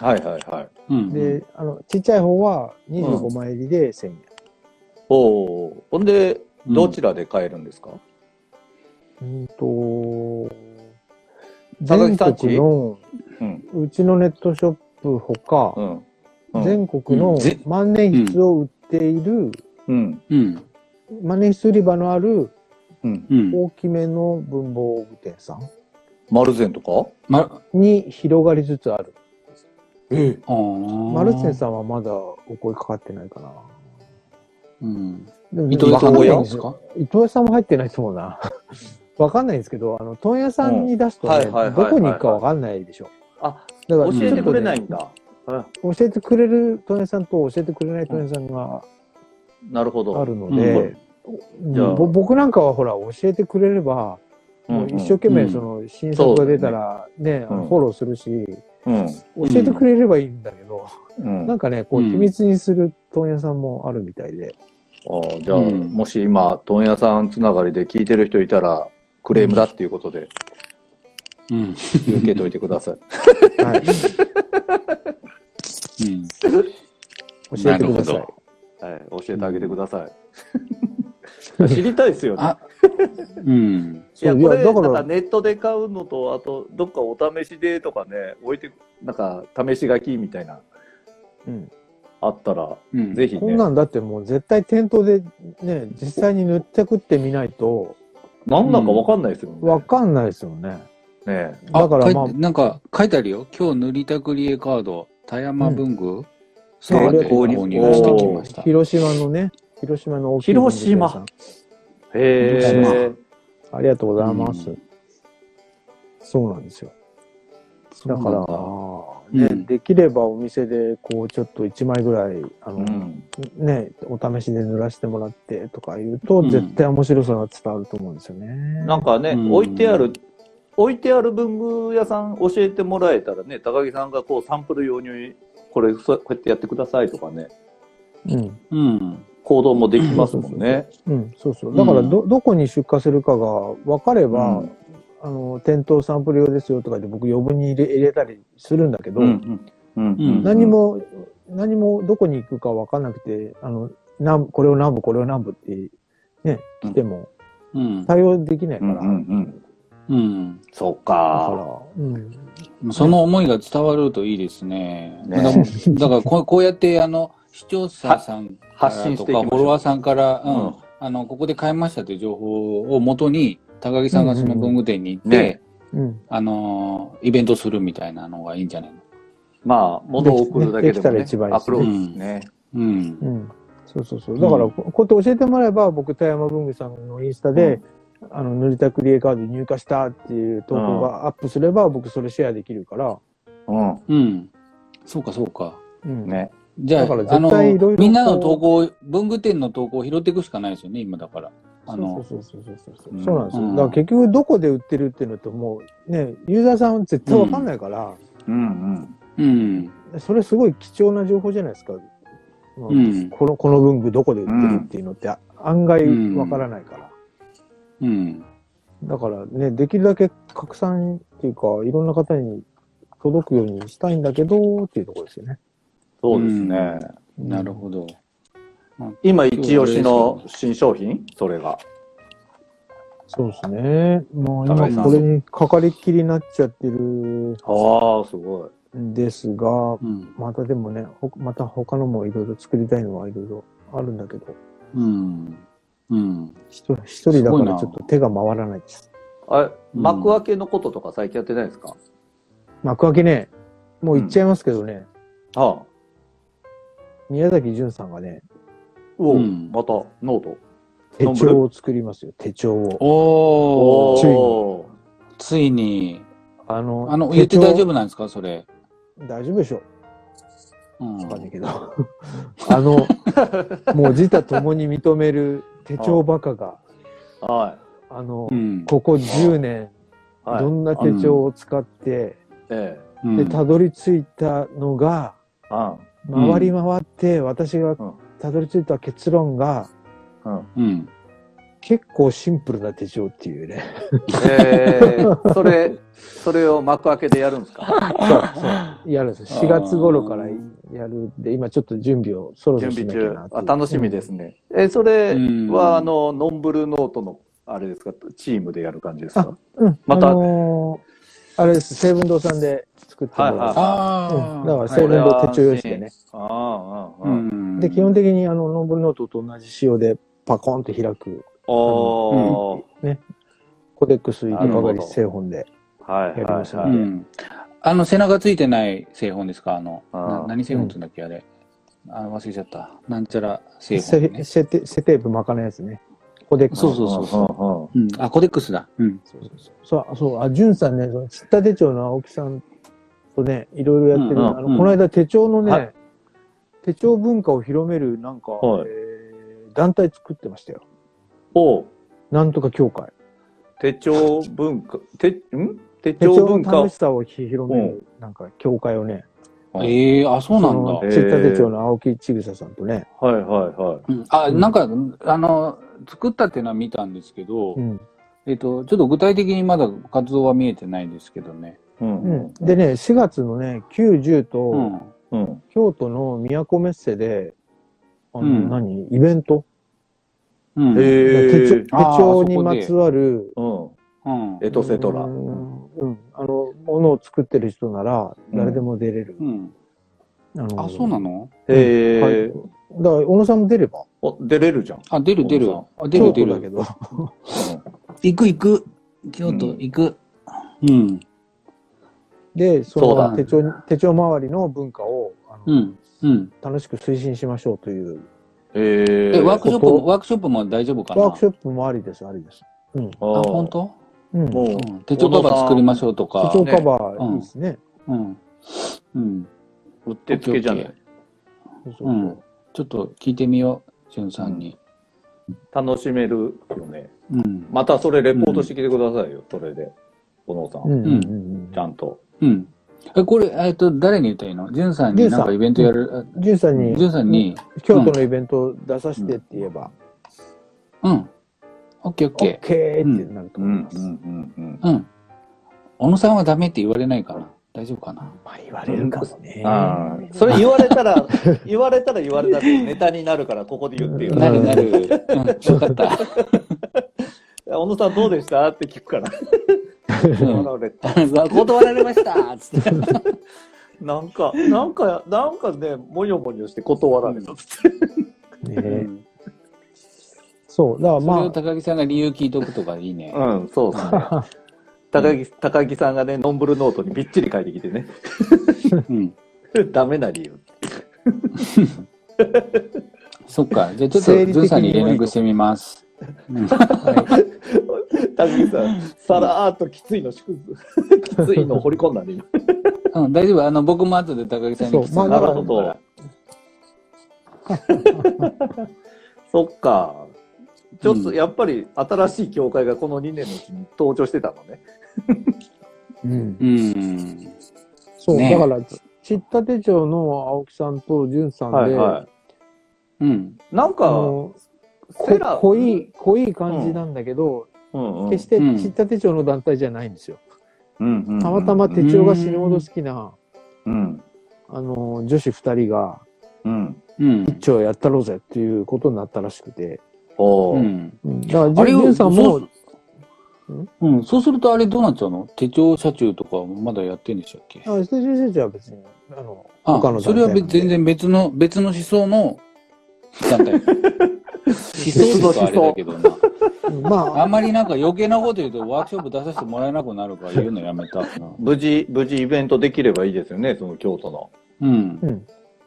Speaker 3: はいはいはい。
Speaker 2: うん。
Speaker 1: で、あの、ちっちゃい方は25枚入りで1000円。
Speaker 3: おお。ほんで、どちらで買えるんですか、
Speaker 1: うんと、
Speaker 3: 佐々木
Speaker 1: 全
Speaker 3: さんち
Speaker 1: 国の、
Speaker 3: うん。
Speaker 1: うちのネットショップほか、
Speaker 3: うん。うん
Speaker 1: 全国の
Speaker 2: うんぜ
Speaker 1: 万年筆を売っている、
Speaker 3: うん。
Speaker 2: うん。
Speaker 1: 万年筆売り場のある
Speaker 3: うん。
Speaker 2: うん。
Speaker 1: 大きめの文房具店さん
Speaker 3: 丸善とか
Speaker 2: ま、
Speaker 1: に広がりつつある。
Speaker 3: ええ。
Speaker 2: あー
Speaker 1: マルセンさんはまだお声かかってないかな。
Speaker 2: うん。
Speaker 1: でも
Speaker 2: 伊藤
Speaker 1: わ
Speaker 2: さ
Speaker 1: か
Speaker 2: ん
Speaker 1: ん
Speaker 2: も
Speaker 1: ない
Speaker 2: やるん
Speaker 1: で
Speaker 2: ですす
Speaker 1: よ
Speaker 2: か
Speaker 1: 伊藤さんも入ってないと思うな。 (laughs) わかんないんですけど、あの、問屋さんに出すとね、
Speaker 3: うんはいはいはい
Speaker 1: どこに行くかわかんないでしょ。
Speaker 3: あ、
Speaker 1: だから
Speaker 3: 教えてくれない
Speaker 1: ちょ
Speaker 3: んだ。あ
Speaker 1: っとね教えてくれる問屋さんと教えてくれない問屋さんが
Speaker 3: なるほど。
Speaker 1: あるので、うん
Speaker 3: じゃあ
Speaker 1: ぼ僕なんかはほら、教えてくれれば、もう一生懸
Speaker 2: う
Speaker 1: 命
Speaker 2: ん
Speaker 1: その新作が出たらね、あ
Speaker 3: う
Speaker 1: の
Speaker 3: ん
Speaker 1: フォローするし、
Speaker 3: うん。
Speaker 1: 教えてくれればいいんだけど、
Speaker 3: うん。
Speaker 1: なんかね、こう
Speaker 2: うん
Speaker 1: 秘密にする問屋さんもあるみたいで、
Speaker 3: ああじゃあ、
Speaker 2: うん
Speaker 3: もし今、問屋さんつながりで聞いてる人いたら、クレームだっていうことで
Speaker 2: うん。
Speaker 3: 受けといてください。
Speaker 1: はい、教
Speaker 2: うん。
Speaker 1: えてくださ
Speaker 2: なるほ
Speaker 1: い
Speaker 2: ど。
Speaker 3: (laughs) はい、教えてあげてくだ
Speaker 1: (laughs)
Speaker 3: さい。知りたいですよね
Speaker 2: あ。、うん。
Speaker 3: いや、
Speaker 1: そう
Speaker 3: これ、
Speaker 1: いやだ
Speaker 3: だ
Speaker 1: か
Speaker 3: かららネットで買うのと、あと、どっかお試しでとかね、置いて、なんか、試し書きみたいな、
Speaker 1: うん
Speaker 3: あったら、
Speaker 2: うん。
Speaker 3: ぜひ
Speaker 1: こん
Speaker 3: ね。
Speaker 1: な
Speaker 3: なん
Speaker 1: だってもう絶対店頭でね、実際に塗ってくってみないと
Speaker 3: んだかわかんないですよね。
Speaker 1: わかんないですよね。
Speaker 3: ねえ
Speaker 1: だからまあ
Speaker 2: あ書いてなんか書いてあるよ。今日塗りたくりえカード、田山文具、佐賀で
Speaker 3: こう
Speaker 2: 購入してきました。
Speaker 1: 広島のね、広島の大きい
Speaker 3: 広島
Speaker 1: 文具店
Speaker 3: へえ。
Speaker 1: さん。ありがとうございます。
Speaker 2: う
Speaker 1: そうなんですよ。だから、
Speaker 2: なんだ
Speaker 1: ね
Speaker 2: うん
Speaker 1: できればお店でこうちょっと1枚ぐらい、あの、
Speaker 3: うん。
Speaker 1: ね、お試しで塗らせてもらってとか言うと、
Speaker 2: うん
Speaker 1: 絶対面白さが伝わると思うんですよね。
Speaker 3: なんかね、
Speaker 2: うん
Speaker 3: 置いてある、置いてある文具屋さん教えてもらえたらね、高木さんがこうサンプル用に、これ、そうこうやってやってくださいとかね、
Speaker 1: うん。
Speaker 2: うん。
Speaker 3: 行動もできますもんね。
Speaker 1: うん、そうそう。だからど、どこに出荷するかが分かれば、
Speaker 3: うん
Speaker 1: あの、店頭サンプル用ですよとかで僕余分に入れ入れたりするんだけど、
Speaker 3: うん。うん。うん
Speaker 1: 何、も、何もどこに行くか分かんなくて、あの、なんこれを何部、これを何部って、ね、
Speaker 3: うん
Speaker 1: 来ても
Speaker 2: うん。
Speaker 1: 対応できないか
Speaker 3: うん
Speaker 1: ら、
Speaker 3: うんうん。
Speaker 2: うん。
Speaker 3: そう
Speaker 1: だ
Speaker 3: か。
Speaker 1: から、うん。
Speaker 2: その思いが伝わるといいですね。
Speaker 3: ね
Speaker 2: だからだからこうこうやってあの視聴者さんから
Speaker 3: 発信し
Speaker 2: と
Speaker 3: ていきま
Speaker 2: か
Speaker 3: し
Speaker 2: フ
Speaker 3: ょう
Speaker 2: ォロワーさんから、うん
Speaker 3: うん
Speaker 2: あのここで買いましたという情報をもとに高木さんがその文具店に行って、
Speaker 3: うんうんうんね
Speaker 1: うん。
Speaker 2: あのーイベントするみたいなのがいいんじゃないの
Speaker 3: まあ、物を送るだ
Speaker 1: で
Speaker 3: けでも、ね、
Speaker 1: きたら一番いい
Speaker 3: ア
Speaker 1: です
Speaker 3: プ
Speaker 1: ね
Speaker 3: ローチですね。
Speaker 2: うん
Speaker 1: う。ん、そうそうそう。だから、
Speaker 2: うん
Speaker 1: ここうやって教えてもらえば、僕、田山文具さんのインスタで、あの、塗りたクリエカード入荷したっていう投稿がアップすれば、僕、それシェアできるから、
Speaker 3: うん。
Speaker 2: うん。そうかそうか。
Speaker 1: うん。
Speaker 3: ね。
Speaker 2: じゃ
Speaker 1: だから
Speaker 2: あ、あ
Speaker 1: 絶
Speaker 2: の
Speaker 1: 対いろいろこう
Speaker 2: みんなの投稿、文具店の投稿を拾っていくしかないですよね、今だから。あの、
Speaker 1: そうそうそうそうそう。
Speaker 3: うん
Speaker 1: そうなんですよ。
Speaker 2: うん
Speaker 1: だから、結局、どこで売ってるっていうのって、もう、ね、ユーザーさんは絶対わかんないから、
Speaker 3: うんうん。
Speaker 2: うん。
Speaker 1: それすごい貴重な情報じゃないですか。まあ
Speaker 2: うん
Speaker 1: この、この文具どこで売ってるっていうのって、案外
Speaker 2: うん
Speaker 1: わからないから。
Speaker 2: うん。
Speaker 1: だからね、できるだけ拡散っていうか、いろんな方に届くようにしたいんだけど、っていうところですよね。
Speaker 3: そうですね。
Speaker 2: うんなるほど。
Speaker 3: 今、一押しの新商品それが。
Speaker 1: そうですね。ま
Speaker 3: 高
Speaker 1: あ
Speaker 3: 井
Speaker 1: 今
Speaker 3: さん
Speaker 1: これにかかりっきりになっちゃってる
Speaker 3: ああ、すごい。
Speaker 1: んですが、
Speaker 2: うん。
Speaker 1: またでもね、ほまた他のもいろいろ作りたいのはいろいろあるんだけど、
Speaker 2: うん。うん。
Speaker 1: 一人一人だか
Speaker 2: すごい
Speaker 1: ら
Speaker 2: な
Speaker 1: ちょっと手が回らないです。
Speaker 3: あれ、幕開けのこととか最近やってないですか、
Speaker 1: 幕開けね、もう言っちゃいますけどね、
Speaker 3: ああ。
Speaker 1: 宮崎潤さんがね、
Speaker 3: おう
Speaker 2: うん
Speaker 3: また、ノート。
Speaker 1: 手
Speaker 3: ノンブル
Speaker 1: 帳を作りますよ、手帳を。
Speaker 2: お
Speaker 1: ー
Speaker 2: ー。
Speaker 3: お
Speaker 2: ついに、
Speaker 1: あの
Speaker 2: あの、言って大丈
Speaker 1: 夫
Speaker 2: 夫なんですか、それ。
Speaker 1: 大丈夫でしょ。
Speaker 2: うん
Speaker 1: わかんないけど。 (laughs) あの、もう自他ともに認める手帳バカが、
Speaker 3: ーは
Speaker 1: あの
Speaker 2: う、ん。
Speaker 1: ここ10年、
Speaker 3: い。はい。
Speaker 1: どんな手帳を使って、
Speaker 3: え
Speaker 2: うん
Speaker 1: で、たどり着いたのが、
Speaker 3: え。あ
Speaker 2: ん
Speaker 1: 回り回って、私が
Speaker 3: ん
Speaker 1: たどり着いた結論が、 (laughs)
Speaker 3: うん。
Speaker 2: うん。
Speaker 1: 結構シンプルな手帳っていうね。
Speaker 3: えー、それ、それを幕開けでやるんですか
Speaker 1: そうそう。やるんですよ。4月頃からやるんで、今ちょっと準備をそろそ
Speaker 3: 準
Speaker 1: ろしな
Speaker 3: 備
Speaker 1: きゃ
Speaker 3: 中
Speaker 1: な。。
Speaker 3: あ、楽しみですすね。え、それ
Speaker 2: うん
Speaker 3: は、あの、ノンブルーノートの、あれですか、チームでやる感じですか
Speaker 1: うん。
Speaker 3: また
Speaker 1: あのーあれです。成分堂さんで作ってもらう。
Speaker 3: はいは
Speaker 2: あ
Speaker 1: うんだから
Speaker 2: はい
Speaker 1: セールンド手帳用紙でね。
Speaker 3: ああ、あ
Speaker 2: う
Speaker 3: あ、あ
Speaker 2: ん
Speaker 1: で、基本的にあの、ノーブルノートと同じ仕様でパコンって開く、
Speaker 3: あ。おー
Speaker 1: コデックスリーリカバリー製本で。
Speaker 3: はいはい
Speaker 1: やりました
Speaker 3: は
Speaker 2: う
Speaker 3: い。
Speaker 2: ん。あの、背中ついてない製本ですかあの、
Speaker 3: あー
Speaker 2: な何製本って言うんだっけあれ。あ忘れちゃった。なんちゃら製
Speaker 1: セ
Speaker 2: 本、ね。
Speaker 1: セテセテープ巻かないやつね。コデックス。
Speaker 2: そうそうそうそう
Speaker 3: そ
Speaker 2: うん。あ、コデックスだ。うん。
Speaker 1: そうそうそう。そう、そうあ、ジュンさんね、その、釣った手帳の青木さんとね、いろいろやってる、
Speaker 3: うん
Speaker 1: あの、
Speaker 2: うん
Speaker 1: この間手帳のね、
Speaker 3: は
Speaker 1: 手帳文化を広める、なんか、
Speaker 3: はい
Speaker 1: えー団体作ってましたよ。
Speaker 3: お
Speaker 1: なんとか協会。
Speaker 3: 手帳文化、手、ん手
Speaker 1: 手
Speaker 3: 帳
Speaker 1: 帳
Speaker 3: 文
Speaker 1: の
Speaker 3: 化
Speaker 1: 楽しさを広める、なんか、協会をね、
Speaker 3: うん
Speaker 2: ええあ、そうなん
Speaker 1: の
Speaker 2: だ
Speaker 3: え。
Speaker 1: 釣った手帳の青木千草さんとね、
Speaker 3: はいはいはい。
Speaker 2: うんあ、
Speaker 1: うん
Speaker 2: なんか、あの、作ったっていうのは見たんですけど、
Speaker 1: うん。
Speaker 2: えっと、ちょっと具体的にまだ活動は見えてないですけどね。
Speaker 3: うん
Speaker 1: うん。でね、4月のね、9、10と、
Speaker 2: うん。
Speaker 3: うん。
Speaker 1: 京都の都メッセで、あの、
Speaker 2: うん
Speaker 1: 何イベント、
Speaker 2: うん。
Speaker 1: 手帳
Speaker 3: え
Speaker 1: 手
Speaker 2: あー
Speaker 1: 帳に
Speaker 2: そこ
Speaker 1: ま
Speaker 2: で
Speaker 1: つわる、
Speaker 3: うん。
Speaker 2: うん。
Speaker 3: エトセトラ
Speaker 1: う。ん、うんあの、ものを作ってる人なら、
Speaker 3: うん
Speaker 1: 誰でも出れる。
Speaker 2: うん。
Speaker 1: あの
Speaker 2: あ、そうなの
Speaker 3: え
Speaker 1: はい
Speaker 3: ー、
Speaker 1: だから、小野さんも出れば。
Speaker 3: お、出れるじゃん。
Speaker 2: あ、出る出る
Speaker 3: そう。
Speaker 2: あ出る出
Speaker 1: 京都だけ
Speaker 2: る。
Speaker 1: ど。
Speaker 2: 行く行く。京都行く。うん。
Speaker 1: で、そ
Speaker 3: そう
Speaker 1: の
Speaker 2: だ
Speaker 1: 手帳に、手帳周りの文化を、あの
Speaker 2: うん。うん。
Speaker 1: 楽しく推進しましょうという、
Speaker 3: えー、
Speaker 2: え、ワークショップ
Speaker 1: こ
Speaker 2: も、
Speaker 1: こ
Speaker 2: ワークショップも大丈夫かな
Speaker 1: ワークシ
Speaker 2: ョッ
Speaker 1: ョップもありです、ありです。うん。
Speaker 3: あ
Speaker 2: プあ、
Speaker 3: ー
Speaker 2: 本当？
Speaker 1: うん。
Speaker 3: も
Speaker 1: 手
Speaker 3: う、
Speaker 2: うん。手帳カバー作りましょうとか。
Speaker 1: 帳カバーいいですね。
Speaker 2: うん。うん。。
Speaker 3: うってつけじゃない。
Speaker 1: そうそううん
Speaker 2: ちょっと聞いてみよう、しゅんさんに。
Speaker 3: 楽しめるよね。
Speaker 2: うん。
Speaker 3: またそれレポートしてきてくださいよ、それで。小野さん,、
Speaker 1: うんうんうん
Speaker 3: ちゃんと。
Speaker 2: うん。え、これ、えっと、誰に言ったらいいのじゅんさん
Speaker 1: じゅ
Speaker 2: に
Speaker 1: んさん
Speaker 2: なんかイベントやる。
Speaker 1: うん。潤さんに、
Speaker 2: じゅんさんに、
Speaker 1: 京都のイベント出させてって言えば、
Speaker 2: うん。オッケーオッ
Speaker 1: オッ
Speaker 2: ケ
Speaker 1: ケーってなると思います。
Speaker 3: んうん
Speaker 2: ー。うん。小野さんはダメって言われないかな大丈夫かな
Speaker 1: まあ言われるかもね。
Speaker 3: あーそれ言われた (laughs) ら、言われたら言われたでネタになるから、ここで言ってよ。
Speaker 1: うん
Speaker 2: なるなる。うん。よかった。
Speaker 3: 小野さんどうでしたって聞くから。
Speaker 2: うん
Speaker 3: 俺
Speaker 2: 断られましたつって。
Speaker 3: なんか、なんか、なんかね、もにょもにょして断られた。
Speaker 1: ねそう、だから
Speaker 2: それを
Speaker 1: まあ、
Speaker 2: 高木さんが理由聞いとくとかいいね。
Speaker 3: うん、そうですね。高木、高木さんがね、ノンブルノートにびっちり書いてきてね。 (laughs)
Speaker 2: うん。
Speaker 3: ダメな理由。
Speaker 2: そっか。じゃあちょっ
Speaker 1: 生理的に
Speaker 2: と、ズンさんに連絡してみます。うん
Speaker 3: 高木さん、さらーっときついのしく、 (laughs) きついの掘り込んだね、今。
Speaker 2: うん、大丈夫。あの、僕も後で高木さんにきつ
Speaker 1: (laughs)
Speaker 2: い
Speaker 1: そうまあだ
Speaker 3: なる
Speaker 1: から
Speaker 3: ほど。 (laughs) そっか。ちょっと、やっぱり新しい教会がこの2年のうちに登場してたのね。
Speaker 1: (laughs) うん
Speaker 2: う、ん。
Speaker 1: そう、
Speaker 2: ね
Speaker 1: だから、ちった手帳の青木さんとじゅんさんで、
Speaker 2: うん。
Speaker 3: なん
Speaker 1: あ
Speaker 3: か、
Speaker 1: の
Speaker 3: セ
Speaker 1: こ
Speaker 3: ラ
Speaker 1: 濃い、濃い感じなんだけど、
Speaker 3: うんうん
Speaker 1: 決して
Speaker 2: うん
Speaker 1: ちった手帳の団体じゃないんですよ。
Speaker 3: うんうんうん
Speaker 1: たまたま手帳が死ぬほど好きな、
Speaker 3: うん。
Speaker 1: あの、女子二人が、
Speaker 3: うん。
Speaker 2: うん。
Speaker 1: 手帳やったろうぜっていうことになったらしくて、
Speaker 3: お
Speaker 2: う
Speaker 3: ー
Speaker 2: ん。
Speaker 1: だからじ
Speaker 2: あ
Speaker 1: ゅ
Speaker 2: れ
Speaker 1: ん、じゅ
Speaker 2: を
Speaker 1: んさん
Speaker 2: そう
Speaker 1: も、
Speaker 2: うん、そうするとあれどうなっちゃうの手帳社中とかまだやってんでしたっけ
Speaker 1: あ、ステージ選手は別に、あの、
Speaker 2: あ
Speaker 1: 他の団体なんで
Speaker 2: それは別全然別の、別の思想の団
Speaker 1: (laughs)
Speaker 2: 体。思想とかあれだけどな。
Speaker 1: うんまあ、
Speaker 2: (laughs) あんまりなんか余計なこと言うとワークショップ出させてもらえなくなるから言うのやめたな。
Speaker 3: 無事、無事イベントできればいいですよね、その京都の。
Speaker 2: うん
Speaker 1: う。ん、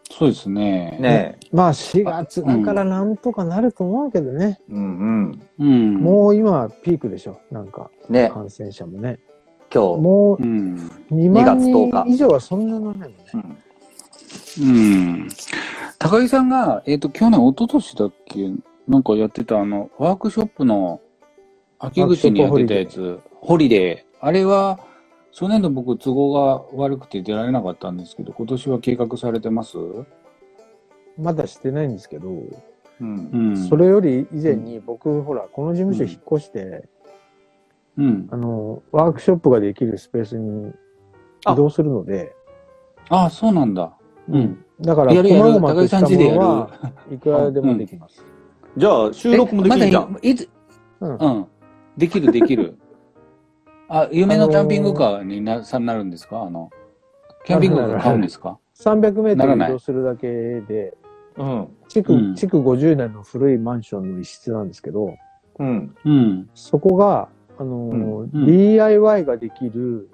Speaker 2: そうですね。
Speaker 3: ね
Speaker 1: まあ4月だからなんとかなると思うけどね、
Speaker 3: え。うんう
Speaker 2: う
Speaker 3: ん。
Speaker 2: ん。
Speaker 1: もう今はピークでしょ、なんか
Speaker 3: ね
Speaker 1: 感染者もね。
Speaker 3: 今日。
Speaker 1: も
Speaker 2: う。うん。
Speaker 1: う2万
Speaker 3: 2
Speaker 1: 人
Speaker 3: 月10日
Speaker 1: 以上はそんなにないもんね。
Speaker 3: うん
Speaker 2: うん。高木さんが、えっ、と、去年、一昨年だっけ、なんかやってた、あの、ワークショップの、秋口にやってたやつ、ホリデー。あれは、初年度僕、都合が悪くて出られなかったんですけど、今年は計画されてます
Speaker 1: まだしてないんですけど、
Speaker 3: うん。
Speaker 2: うん。
Speaker 1: それより以前に僕、ほら、この事務所引っ越して、
Speaker 2: うん。
Speaker 1: あの、ワークショップができるスペースに移動するので、
Speaker 2: あ、そうなんだ。うん。
Speaker 1: だから、
Speaker 2: やるやる
Speaker 1: 細々とした
Speaker 2: 高木さん家
Speaker 1: も
Speaker 2: でやる
Speaker 1: のはいくらでもできます。
Speaker 3: じゃあ、収録もできるじ
Speaker 2: え
Speaker 3: ゃ
Speaker 2: ま
Speaker 3: ん。
Speaker 2: だいいつ、
Speaker 1: う
Speaker 2: うんん、できる、できる。あ、夢のキャンピングカーにな、さなるんですかあの、キャンピングカー買うんですか
Speaker 1: 300メート
Speaker 2: なら
Speaker 1: ル
Speaker 2: ない
Speaker 1: 移動するだけで、
Speaker 3: うん。
Speaker 1: 築、
Speaker 2: うん
Speaker 1: 築50年の古いマンションの一室なんですけど、
Speaker 3: うん。
Speaker 2: うん。
Speaker 1: そこが、あのー
Speaker 3: う
Speaker 2: うん
Speaker 1: DIY ができる、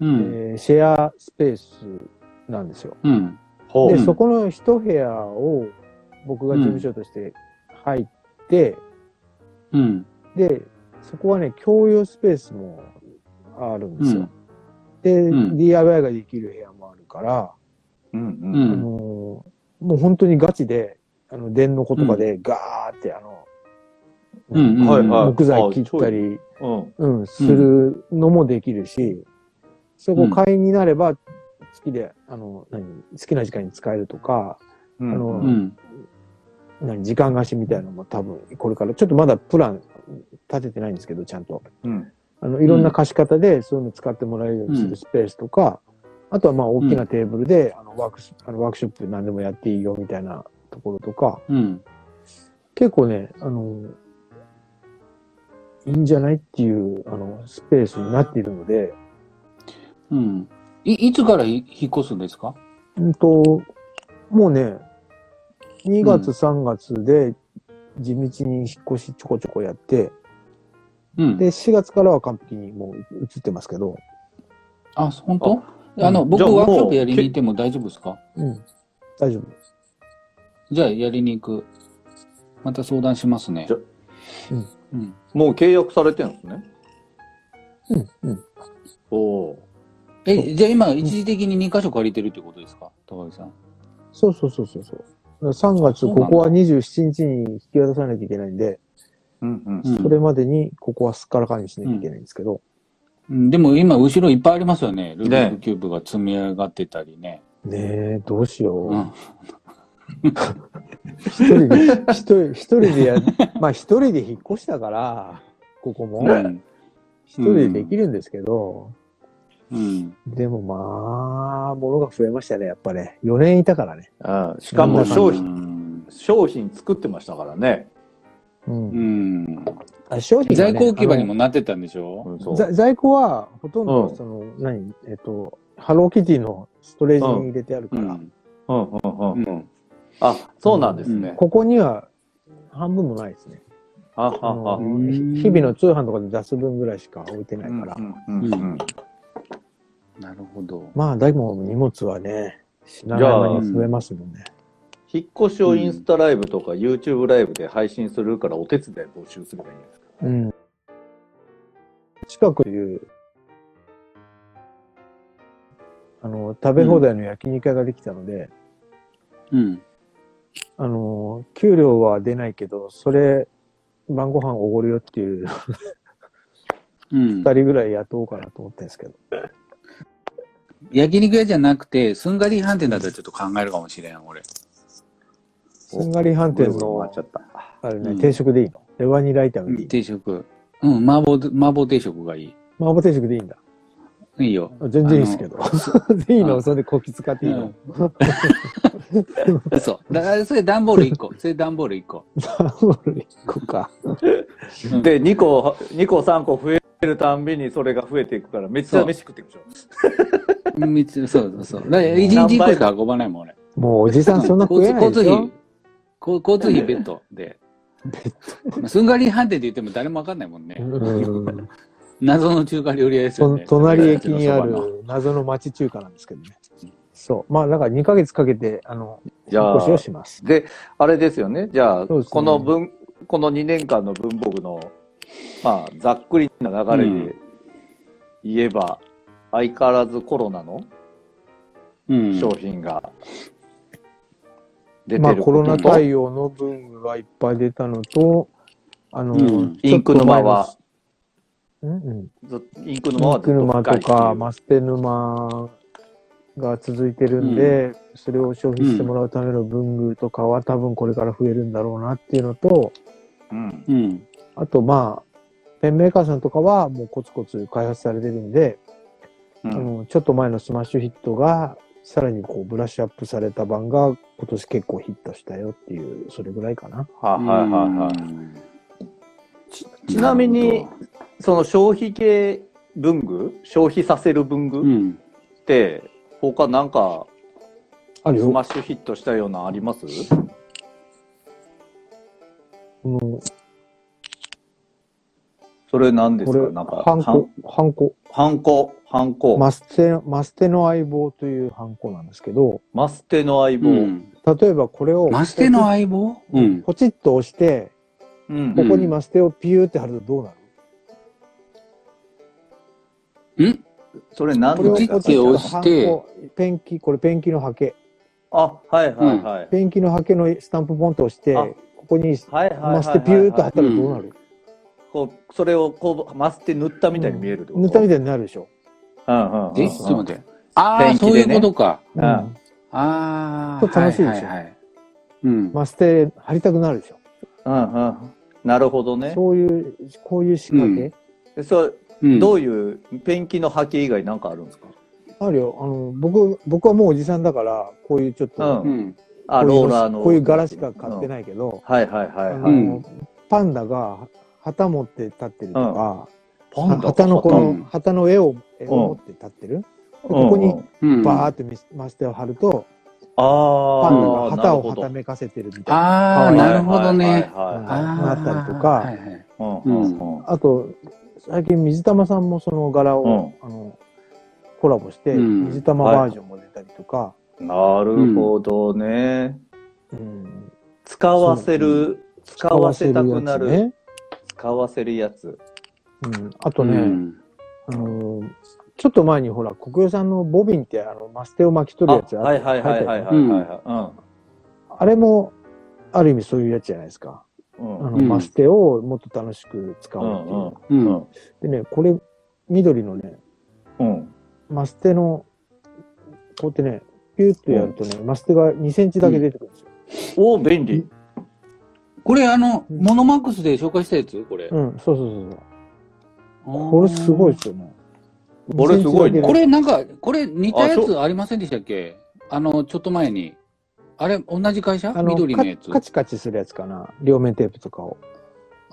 Speaker 2: うん。
Speaker 1: えーシェアスペースなんですよ。
Speaker 2: うん。
Speaker 3: ほ
Speaker 1: で、
Speaker 2: うん
Speaker 1: そこの一部屋を僕が事務所として入って、
Speaker 2: うん。
Speaker 1: で、そこはね、共有スペースもあるんですよ。で、
Speaker 2: うん
Speaker 1: DIY ができる部屋もあるから、
Speaker 3: うん。
Speaker 2: う
Speaker 1: あ
Speaker 2: ん。
Speaker 1: のーもう本当にガチで、あの、電の言葉でガーって、あの、
Speaker 2: うんうん
Speaker 3: はいはい
Speaker 1: 木材切ったり、
Speaker 3: うん。
Speaker 1: うん、するのもできるし、そこ会員になれば、月で、あの、何、好きな時間に使えるとか、
Speaker 3: うん。
Speaker 1: あの
Speaker 2: うん。うん。
Speaker 1: 何、時間貸しみたいなのも多分、これから、ちょっとまだプラン立ててないんですけど、ちゃんと。
Speaker 3: うん。
Speaker 1: あの、いろんな貸し方で、そういうの使ってもらえるようにす
Speaker 2: うん
Speaker 1: るスペースとか、あとはまあ大きなテーブルで、あの、ワークス、あの、ワークショップ何でもやっていいよみたいなところとか、
Speaker 2: うん。
Speaker 1: 結構ね、あの、いいんじゃないっていう、あの、スペースになっているので、
Speaker 2: うん。い、いつからひ引っ越すんですか
Speaker 1: うんと、もうね、2月、3月で地道に引っ越しちょこちょこやって、
Speaker 2: うん。
Speaker 1: で、4月からは完璧にもう移ってますけど、
Speaker 2: あ、本当あの、
Speaker 3: じ
Speaker 2: 僕
Speaker 3: ゃあもう
Speaker 2: ワークショップやりに行っても大丈夫ですか
Speaker 1: うん、大丈夫。
Speaker 2: じゃあやりに行く。また相談しますね
Speaker 3: じゃ。
Speaker 1: うん
Speaker 2: うん。
Speaker 3: もう契約されてるんですね。
Speaker 1: うん、うん。
Speaker 3: おお
Speaker 2: え、じゃあ今、一時的に2箇所借りてるってことですか高木さん。
Speaker 1: そうそうそうそうそう。3月、
Speaker 2: そうなんだ
Speaker 1: ここは27日に引き渡さなきゃいけないんで、
Speaker 3: ー。うんうん
Speaker 2: うん
Speaker 1: それまでにここはすっからかんにしなきゃいけないんですけど、
Speaker 2: うんでも今、後ろいっぱいありますよね。ルービックキューブが積み上がってたりね。
Speaker 1: ねえ、どうし
Speaker 2: う
Speaker 1: よう。
Speaker 2: ん。
Speaker 1: 一人で、一人、一人でや、まあ一人で引っ越したから、ここも
Speaker 2: う、ん。
Speaker 1: 一人でできるんですけど、
Speaker 2: うん。
Speaker 1: でもまあ、物が増えましたね、やっぱね。4年いたからね。
Speaker 3: あーしかも
Speaker 1: う
Speaker 3: 商
Speaker 2: う
Speaker 3: 品、
Speaker 2: ん。
Speaker 3: 商品作ってましたからね。
Speaker 1: う。
Speaker 2: うんん。
Speaker 1: あ商品がね
Speaker 2: 在庫置き場にも
Speaker 1: あ
Speaker 2: なってたんでしょ
Speaker 3: ん、
Speaker 1: のざ在庫は、ほとん
Speaker 3: う
Speaker 1: ど、
Speaker 3: ん
Speaker 1: その、何、えっと、ハローキティのストレージに入れてある
Speaker 2: う
Speaker 1: から、
Speaker 2: ん。
Speaker 3: うんうんう。
Speaker 2: うんん。
Speaker 3: あ、そうなんですね。
Speaker 1: ここには半分もないですね。
Speaker 3: ああ
Speaker 1: あの
Speaker 3: あ
Speaker 2: うん
Speaker 1: 日々の通販とかで出す分ぐらいしか置いてないから。
Speaker 3: うんうんうん
Speaker 2: なるほど。
Speaker 1: まあ、でも荷物はね、品川に増えますもんね。
Speaker 3: 引っ越しをインスタライブとか YouTube ライブで配信するからお手伝い募集すればいいんですか
Speaker 1: うん。近くいう、あの、食べ放題の焼肉屋ができたので、
Speaker 2: うん。
Speaker 1: あの、給料は出ないけど、それ、晩ご飯おごるよっていう、
Speaker 2: う
Speaker 1: 二。
Speaker 2: ん
Speaker 1: 人ぐらい雇おうかなと思ってるんですけど。
Speaker 2: 焼肉屋じゃなくて、すんがり飯店だったらちょっと考えるかもしれん、俺。
Speaker 1: すんがり飯店
Speaker 3: ぐるぐる回
Speaker 1: の
Speaker 3: っちゃ、った。
Speaker 1: あれ
Speaker 2: う
Speaker 1: ね、
Speaker 2: ん
Speaker 1: 定食でいいのレバニラ炒めでいい。
Speaker 2: 定食。うん、麻婆、麻婆定食がいい。
Speaker 1: 麻婆定食でいいんだ。
Speaker 2: いいよ。
Speaker 1: 全然いいですけど。 (laughs) いいのそれでこき使っていいの
Speaker 2: (laughs) 嘘。だから、それ段ボール1個。それ段ボール1個。
Speaker 1: ダブル一個か。
Speaker 2: うん
Speaker 3: で、2個、2個3個増えるたんびにそれが増えていくからめっちゃ飯食っていくでしょ。
Speaker 2: 三つ、そうそうそう。だから一日一個しか運ばないもん、俺。
Speaker 1: (laughs) もうおじさんそんな食えないでしょ
Speaker 2: 交通費、交交通費ベッドで。まあすんがり飯店って言っても誰もわかんないもんね。
Speaker 1: うん
Speaker 2: 謎の中華料理屋ですよ
Speaker 1: と
Speaker 2: ね。
Speaker 1: 隣駅にあ
Speaker 2: そばの
Speaker 1: る謎の町中華なんですけどね。そう。まあ、だから2ヶ月かけて、あの、引っ越しをします。
Speaker 3: で、あれですよね。じゃあ、
Speaker 1: そうですね
Speaker 3: この分、この2年間の文房具の、まあ、ざっくりな流れで言えば、相変わらずコロナの
Speaker 2: うん。
Speaker 3: 商品が出てることと、
Speaker 1: まあ、コロナ対応の文具がいっぱい出たのと、あの、
Speaker 2: うん
Speaker 1: ちょ
Speaker 3: イ
Speaker 1: っ
Speaker 3: ン
Speaker 1: と
Speaker 3: ク
Speaker 1: 前
Speaker 3: 沼は、
Speaker 1: うんうん、
Speaker 3: ずっとインク
Speaker 1: イ
Speaker 3: 沼は
Speaker 1: ンク沼とか、
Speaker 3: ずっ
Speaker 1: マステ沼が続いてるんで、それを消費してもらうための文具とかは多分これから増えるんだろうなっていうのと、
Speaker 3: うん。
Speaker 2: うん。
Speaker 1: あとまあ、ペンメーカーさんとかはもうコツコツ開発されてるんで、
Speaker 3: う
Speaker 1: あ
Speaker 3: ん。
Speaker 1: のちょっと前のスマッシュヒットが、さらにこうブラッシュアップされた版が今年結構ヒットしたよっていう、それぐらいかな。
Speaker 3: は
Speaker 2: う
Speaker 3: い
Speaker 2: ん
Speaker 3: はいはいはい。ちちなみに、その消費系文具消費させる文
Speaker 2: う
Speaker 3: 具っ
Speaker 2: ん。
Speaker 3: て、他なんか、
Speaker 1: ある
Speaker 3: ス
Speaker 1: よ。
Speaker 3: マッシュヒットしたようなあります
Speaker 1: うん
Speaker 3: それ何で
Speaker 1: こ
Speaker 3: すか
Speaker 1: れ、
Speaker 3: なんか、
Speaker 1: ハンコ、ハンコ。
Speaker 3: ハンコ、ハンコ、
Speaker 1: マステ、マステの相棒というハンコなんですけど、
Speaker 3: マステの相棒。
Speaker 2: う
Speaker 3: うん。
Speaker 2: ん。
Speaker 1: 例えばこれを、
Speaker 2: マステの相棒うん。
Speaker 1: ポチッと押して、ここにマステをピューって貼るとどうなる、
Speaker 2: うん
Speaker 3: それ何
Speaker 1: これを
Speaker 3: の
Speaker 1: ポチ
Speaker 3: や
Speaker 1: ッ
Speaker 3: つ
Speaker 1: と
Speaker 2: ポチッと押
Speaker 1: ハン
Speaker 2: して
Speaker 1: コ、ペンキ、これペンキのハケ。
Speaker 3: あ、はいはいはい。
Speaker 1: ペンキのハケのスタンプポンと押して、
Speaker 3: あ
Speaker 1: ここに
Speaker 3: はいはいはい。
Speaker 1: マステピューって貼ったらどうなる、
Speaker 3: こう、それをこう、マステ塗ったみたいに見えるってこと
Speaker 1: 塗ったみ
Speaker 3: た
Speaker 1: た
Speaker 3: い。
Speaker 1: いになるでしょ。
Speaker 3: うんうんうんうん。
Speaker 2: え、ちょっと待って。あ
Speaker 3: ペ
Speaker 2: あ、
Speaker 3: ンキ
Speaker 2: そう
Speaker 3: で
Speaker 2: い
Speaker 3: ね
Speaker 2: うことか。
Speaker 1: う
Speaker 3: あ
Speaker 1: ん、
Speaker 2: ああ。
Speaker 1: これ楽しいでしょ
Speaker 2: はははいうん。
Speaker 1: マステ貼りたくなるでしょ。
Speaker 3: うんうん。なるほどね。
Speaker 1: そういう、こういう仕掛け、
Speaker 3: でそう
Speaker 2: うん
Speaker 3: どういう、ペンキの波形以外なんかあるんですか
Speaker 1: あるよ。あの、僕、僕はもうおじさんだから、こういうちょっと、
Speaker 3: うん
Speaker 2: うん。
Speaker 3: あ、
Speaker 1: こういう
Speaker 3: ローラーの。
Speaker 1: こういう柄しか買って
Speaker 3: い。
Speaker 1: ないけど、
Speaker 3: はいはいはい
Speaker 1: あの
Speaker 3: はい。
Speaker 2: うん
Speaker 1: パンダが旗持って立ってるとか、
Speaker 3: パンダ
Speaker 1: 旗のこ
Speaker 2: うん
Speaker 1: の、旗の絵を、絵を持って立ってる。ここに
Speaker 2: うん。
Speaker 1: バーって見せマステを貼ると、
Speaker 3: ああ、
Speaker 1: パンダが旗をはた
Speaker 3: め
Speaker 1: めかせてるみたいな。
Speaker 2: ああ、なるほどね。
Speaker 1: あ
Speaker 3: は
Speaker 2: ああ。
Speaker 1: なったりとか
Speaker 2: はいはい
Speaker 3: いはい。うんうんうん。
Speaker 1: あと、最近水玉さんもその柄を、あの、コラボして、
Speaker 2: うん
Speaker 1: 水玉バージョンも出たりとか、
Speaker 3: なるほどね。
Speaker 1: うん
Speaker 3: 使わせる、使わせたくな
Speaker 1: 使わせ
Speaker 3: る、
Speaker 1: や
Speaker 3: 使わせるやつ。
Speaker 1: つねうん、あとね、
Speaker 2: うん
Speaker 1: あのーちょっと前にほら、国用さんのボビンってあの、マステを巻き取
Speaker 3: あ、
Speaker 1: るやつあ
Speaker 3: はいはいはいはいはいはい。
Speaker 1: あれも、ある意味そういうやつじゃないですか。
Speaker 3: うん。
Speaker 1: あの、
Speaker 2: うん
Speaker 1: マステをもっと楽しく使
Speaker 3: う
Speaker 1: おうっていう。
Speaker 3: ん。
Speaker 2: う。
Speaker 3: うんん。
Speaker 1: でね、これ、緑のね、
Speaker 3: うん。
Speaker 1: マステの、こうやってね、ピューってやるとね、マステが2センチだけ出てくるんですよ。
Speaker 3: お、便利。
Speaker 2: これあの、モノマックスで紹介したやつこれ。
Speaker 1: うん、そうそうそうそう。これすごいですよね。
Speaker 3: これすごい
Speaker 1: 2センチだけ出てく
Speaker 3: ね
Speaker 1: る
Speaker 2: これなんか、これ似たや
Speaker 3: あそ
Speaker 2: つありませんでしたっけあの、ちょっと前に。あれ、同じ会社
Speaker 1: あの
Speaker 2: 緑のやつ
Speaker 1: カ。カチカチするやつかな。両面テープとかを。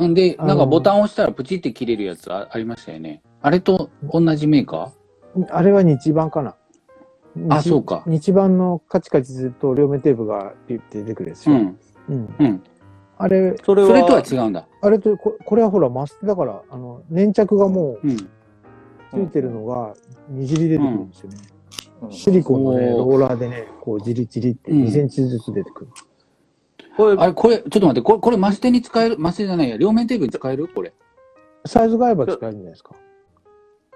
Speaker 2: んで、
Speaker 1: あの
Speaker 2: なんかボタン押したらプチって切れるやつあありましたよね。あれと同じメーカ
Speaker 1: あれは日版かな。
Speaker 2: ーあ、
Speaker 1: 日
Speaker 2: そうか。
Speaker 1: 日版のカチカチすると両面テープがピュって出てくるやつ
Speaker 2: う
Speaker 1: よ。
Speaker 2: ん。
Speaker 1: うん
Speaker 2: うん。
Speaker 1: あれ、
Speaker 3: それは、
Speaker 2: それとは違うんだ。
Speaker 1: あれとこ、これはほら、マステだから、あの、粘着がも
Speaker 2: うん。
Speaker 1: うついてるのが、にじり出てくるんですよね。
Speaker 3: うん
Speaker 1: シリコンのね、
Speaker 2: お
Speaker 1: ロ
Speaker 2: ー
Speaker 1: ーラーでね、こう、じりじりって
Speaker 2: うん
Speaker 1: 2センチずつ出てくる。
Speaker 3: これ
Speaker 2: あれ、これ、ちょっと待って、これ、これ、マステに使えるマステじゃないや、両面テープに使えるこれ。
Speaker 1: サイズが合えば使えるんじゃないですか。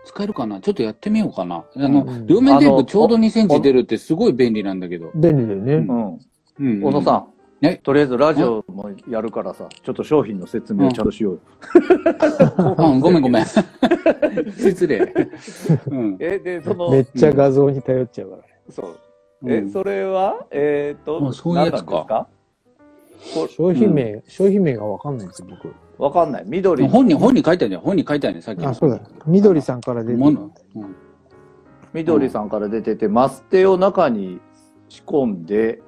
Speaker 2: 使えるかなちょっとやってみようかな。あの、
Speaker 1: うん
Speaker 2: 両面テ
Speaker 3: あ
Speaker 2: ー
Speaker 3: の
Speaker 2: プちょうど2センチ出るってすごい便利なんだけど。
Speaker 1: 便利だよね。
Speaker 3: うん。
Speaker 2: うん、うん。
Speaker 3: 小野さん、
Speaker 2: え
Speaker 3: とりあえずラジオもやるからさ、ちょっと商品の説明をちゃんとしようよ。
Speaker 2: うん、ごめんごめん。 (laughs) 失礼。うん。
Speaker 3: え、で、そ
Speaker 1: め
Speaker 3: の
Speaker 1: っ、ちゃ画像に頼っちゃうからね。
Speaker 3: そう。え、それは、えっと、
Speaker 2: あそういうやつか
Speaker 3: 何なんですかこ
Speaker 1: 商品名、商品名がわかんないんですよ、僕。
Speaker 3: れわかんない。
Speaker 2: うん
Speaker 3: 緑。
Speaker 2: 本に、本に書いてあるね。本に書いてあるね、さっきの。
Speaker 1: あ、そうだ。緑さんから出て
Speaker 2: も
Speaker 1: る
Speaker 2: の。うん
Speaker 3: 緑さんから出てて、マステを中に仕込んで、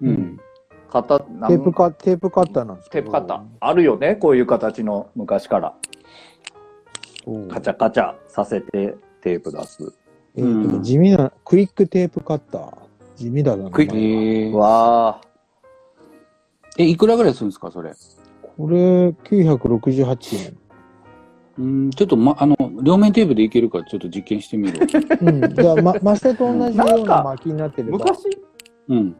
Speaker 2: うん。
Speaker 3: 型、
Speaker 1: テ
Speaker 3: テ
Speaker 1: ープカ、テープカッターなんですけ
Speaker 3: テー
Speaker 1: ど。
Speaker 3: プカッター。あるよね、こういう形の昔から。
Speaker 1: うん
Speaker 3: カチャカチャさせてテープ出す。
Speaker 1: えーとね
Speaker 2: うん
Speaker 1: 地味な、クイックテープカッター。地味だな。
Speaker 3: クイッ
Speaker 2: え
Speaker 3: ク
Speaker 1: 名前が
Speaker 2: ー、
Speaker 3: わ
Speaker 2: え、いくらぐらいするんですか、それ。
Speaker 1: これ、968
Speaker 2: うん、ちょっと、ま、あの、両面テープでいけるから、ちょっと実験してみるわ。
Speaker 1: 円。うん。じゃあ、ま、マステと同じよ
Speaker 3: なん
Speaker 1: うな
Speaker 3: か
Speaker 1: 巻きになって
Speaker 3: ー
Speaker 1: れば。
Speaker 3: 昔、
Speaker 2: うん。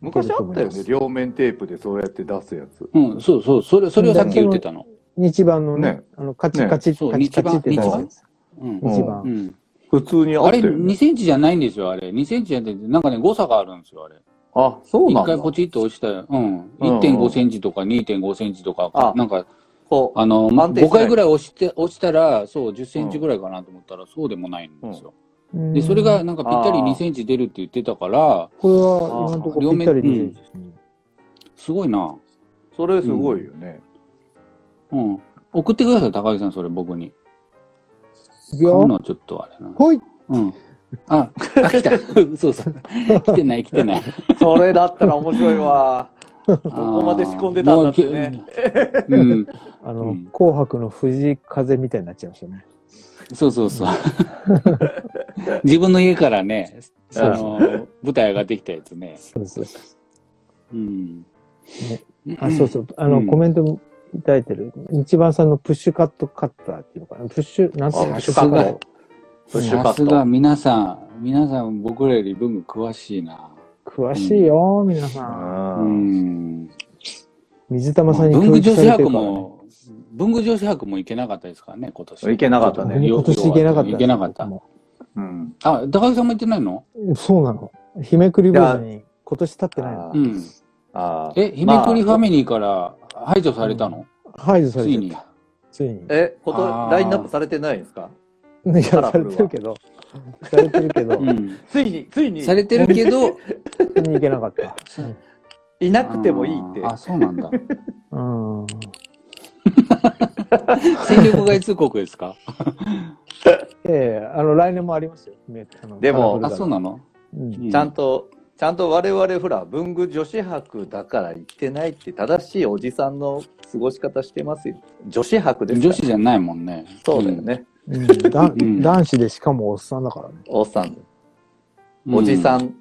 Speaker 3: 昔あった
Speaker 1: いける
Speaker 3: よ
Speaker 1: と思いま
Speaker 3: ね。
Speaker 1: す
Speaker 3: 両面テープでそうやって出すやつ。
Speaker 2: うん、そうそう。それ、それをさっき言ってたの。
Speaker 1: 日版のね
Speaker 3: ね、
Speaker 1: あの、カチカチ、
Speaker 2: ねそう
Speaker 1: カチカチって
Speaker 2: 日
Speaker 1: 出
Speaker 2: 版
Speaker 1: すやつ。
Speaker 2: うん。
Speaker 3: 版
Speaker 1: 日
Speaker 2: う
Speaker 1: 版。
Speaker 2: ん。
Speaker 3: 普通にあ
Speaker 2: あ
Speaker 3: った
Speaker 2: れ、
Speaker 3: よね。
Speaker 2: 2センチじゃないんですよ、あれ。2センチじゃなくて、なんかね、誤差があるんですよ、あれ。
Speaker 3: あ、そうな
Speaker 2: 一
Speaker 3: んだ
Speaker 2: 回。ポチッと押したら、うん。
Speaker 3: うん
Speaker 2: 1.5センチとか2.5センチとか、
Speaker 3: あ
Speaker 2: なんか、
Speaker 3: こう
Speaker 2: あの、
Speaker 3: 安定しない
Speaker 2: 5回ぐらい押して、押したら、そう、10センチぐらいかなと思ったら、そうでもないんですよ。で、それが
Speaker 1: うん
Speaker 2: なんかぴったり
Speaker 3: あー
Speaker 2: 2センチ出るって言ってたから、
Speaker 1: これは今のところぴったり2
Speaker 2: 両面
Speaker 1: センチですね。
Speaker 2: すごいな。
Speaker 3: それすごいよね。
Speaker 2: うん。送ってください、高木さん、それ僕に。
Speaker 1: いく
Speaker 2: 買うの
Speaker 1: よ。
Speaker 2: はちょっとあれな。
Speaker 1: ほい。
Speaker 2: うん。あ、あ来た。 (laughs) そうそう。来てない、来てない。
Speaker 3: それだったら面白いわ。
Speaker 2: こ
Speaker 3: こまで仕込んでたんだってね。
Speaker 2: うん。
Speaker 1: あ
Speaker 2: う
Speaker 1: の
Speaker 2: ん、
Speaker 1: 紅白の藤井風みたいになっちゃいましたね。
Speaker 2: そうそう (laughs) そう。自分の家からね、その、舞台上がってきたやつね。
Speaker 1: そうそうそう。
Speaker 2: うん。
Speaker 1: あ、そうそう。あの、
Speaker 2: うん
Speaker 1: コメントいただいてる。一番さんのプッシュカットカッターっていうのかな。プッシュ、なんす
Speaker 3: あ
Speaker 1: か
Speaker 3: プッシュカ
Speaker 2: さす
Speaker 3: ッ
Speaker 2: が
Speaker 3: ト。プッシュ
Speaker 2: さ
Speaker 3: カ
Speaker 2: す
Speaker 3: ッ
Speaker 2: が
Speaker 3: ト。
Speaker 2: 皆さん、皆さん僕らより文具詳しいな。
Speaker 1: 詳しいよ、皆さん。
Speaker 2: うんん。
Speaker 1: 水玉さんに
Speaker 2: 文
Speaker 1: 教
Speaker 2: 具
Speaker 1: 育
Speaker 2: 女
Speaker 1: さ
Speaker 2: 子
Speaker 1: れて
Speaker 2: 博
Speaker 1: るからね。
Speaker 2: も、文具女子博も行けなかったですからね、今年。
Speaker 3: 行けなかったね
Speaker 1: 今年行けなかった。
Speaker 2: 行けなかった。
Speaker 1: も
Speaker 3: うん。
Speaker 2: あ、高木さんも行ってないの
Speaker 1: うそうなの。日めくり坊主に今年経ってない
Speaker 3: あ
Speaker 1: の。
Speaker 3: ー
Speaker 2: うん。
Speaker 3: あー
Speaker 2: え、ひめくりファ
Speaker 3: まあ
Speaker 2: ミリーから排除されたの、
Speaker 1: 排除され
Speaker 2: つ
Speaker 1: て
Speaker 2: い
Speaker 1: る
Speaker 2: に。
Speaker 1: ついに。
Speaker 3: え、こと
Speaker 2: あー
Speaker 3: ラインナップされてないんですか
Speaker 1: いや、
Speaker 3: カラ
Speaker 1: さ
Speaker 3: フ
Speaker 1: れ
Speaker 3: ルは
Speaker 1: てるけど。されてるけど、
Speaker 2: う
Speaker 1: 見
Speaker 2: ん。
Speaker 3: ついに、ついに、
Speaker 2: されてるけど、
Speaker 1: に行けなかった。
Speaker 3: いなくてもいいって
Speaker 2: あー。あ、そうなんだ。
Speaker 1: うん。
Speaker 2: 戦力外通告ですか
Speaker 1: ええあの、来年もありますよ。あの
Speaker 3: でも
Speaker 1: カラ
Speaker 2: あ、
Speaker 1: フルだ
Speaker 2: そうなの、
Speaker 1: うん。
Speaker 3: ちゃんと、ちゃんと我々ほら、文具女子博だから行ってないって正しいおじさんの過ごし方してますよ。女子博ですから
Speaker 2: 女子じゃないもんね。
Speaker 3: そうだよね。
Speaker 1: うんだ
Speaker 2: うん
Speaker 1: 男子でしかもおっさんだからね。
Speaker 3: おっさん。
Speaker 2: う。
Speaker 3: おじさ
Speaker 2: ん。
Speaker 3: ん、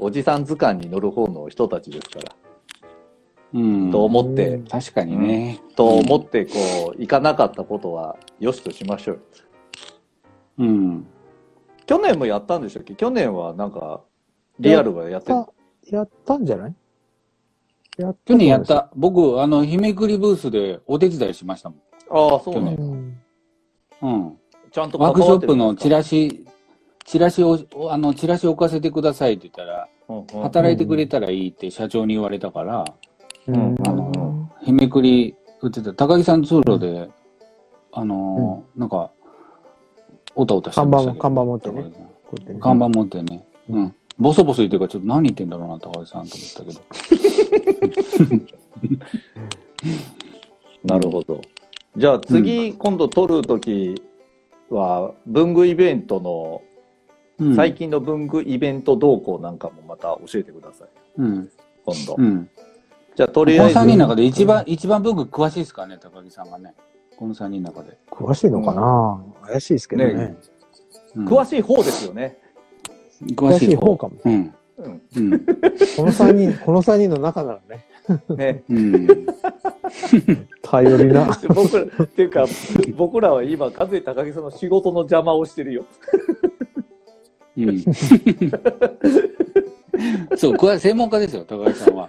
Speaker 3: おじさん図鑑に乗る方の人たちですから。
Speaker 2: うん。
Speaker 3: と思って、
Speaker 2: 確かにね。
Speaker 3: と思って、こう、行かなかったことは、よしとしましょう。
Speaker 2: うん。
Speaker 3: 去年もやったんでしたっけ去年はなんか、リアルはやってる
Speaker 1: や。やったんじゃないやった
Speaker 2: 去年やっ。た。僕、あの、ひめくりブースでお手伝いしましたも
Speaker 3: ああ、そうな
Speaker 2: 去年
Speaker 3: の
Speaker 1: うん。
Speaker 2: ん。うん。
Speaker 3: ちゃんと
Speaker 2: ワークショップのチ
Speaker 3: チラ
Speaker 2: ラシ、チラシを、あの、チラシ置かせてくださいって言ったら、働いてくれたらいいって社長に言われたから、
Speaker 1: うん
Speaker 3: うん
Speaker 2: あの、日めくり売ってた高木さん通路で、あのー、なんか、おたおたして
Speaker 1: 看
Speaker 2: ま
Speaker 1: 板
Speaker 2: した
Speaker 1: も、
Speaker 2: けど
Speaker 1: 看板持ってね。こうやってね
Speaker 2: 看板持ってね。うん。ボソボソ言ってるから、ちょっと何言ってんだろうな、高木さんと思ったけ
Speaker 3: なるほど。じゃあ次、今度撮るときは、文具イベントの、
Speaker 2: ど。
Speaker 3: 最
Speaker 2: 近。
Speaker 3: 近の文具イベント動向なんかもまた教えてください。
Speaker 2: うん。
Speaker 3: 今度
Speaker 2: う。ん。
Speaker 3: じゃあ
Speaker 2: こ
Speaker 3: と
Speaker 2: の
Speaker 3: りあえず
Speaker 2: 3、人の中で一番、一番僕詳しいですからね、高木さんがね。この3人の中で。
Speaker 1: 詳しいのかな怪しいですけど
Speaker 3: ね
Speaker 1: ね。
Speaker 2: うん
Speaker 3: 詳しい方ですよね。
Speaker 2: 詳
Speaker 1: 詳
Speaker 2: し
Speaker 1: しい
Speaker 2: い
Speaker 1: 方
Speaker 2: 方。
Speaker 1: かも。
Speaker 2: うん。
Speaker 3: うん。
Speaker 2: う
Speaker 1: こ
Speaker 2: ん。
Speaker 1: の三人、この三人の中ならね、
Speaker 3: ね。
Speaker 2: うん。
Speaker 1: 頼り
Speaker 3: (laughs)
Speaker 1: な。
Speaker 3: 僕ら、っていうか、僕らは今、和江高木さんの仕事の邪魔をしてるよ。
Speaker 2: うん。 (laughs) そう、詳専門家ですよ、高木さんは。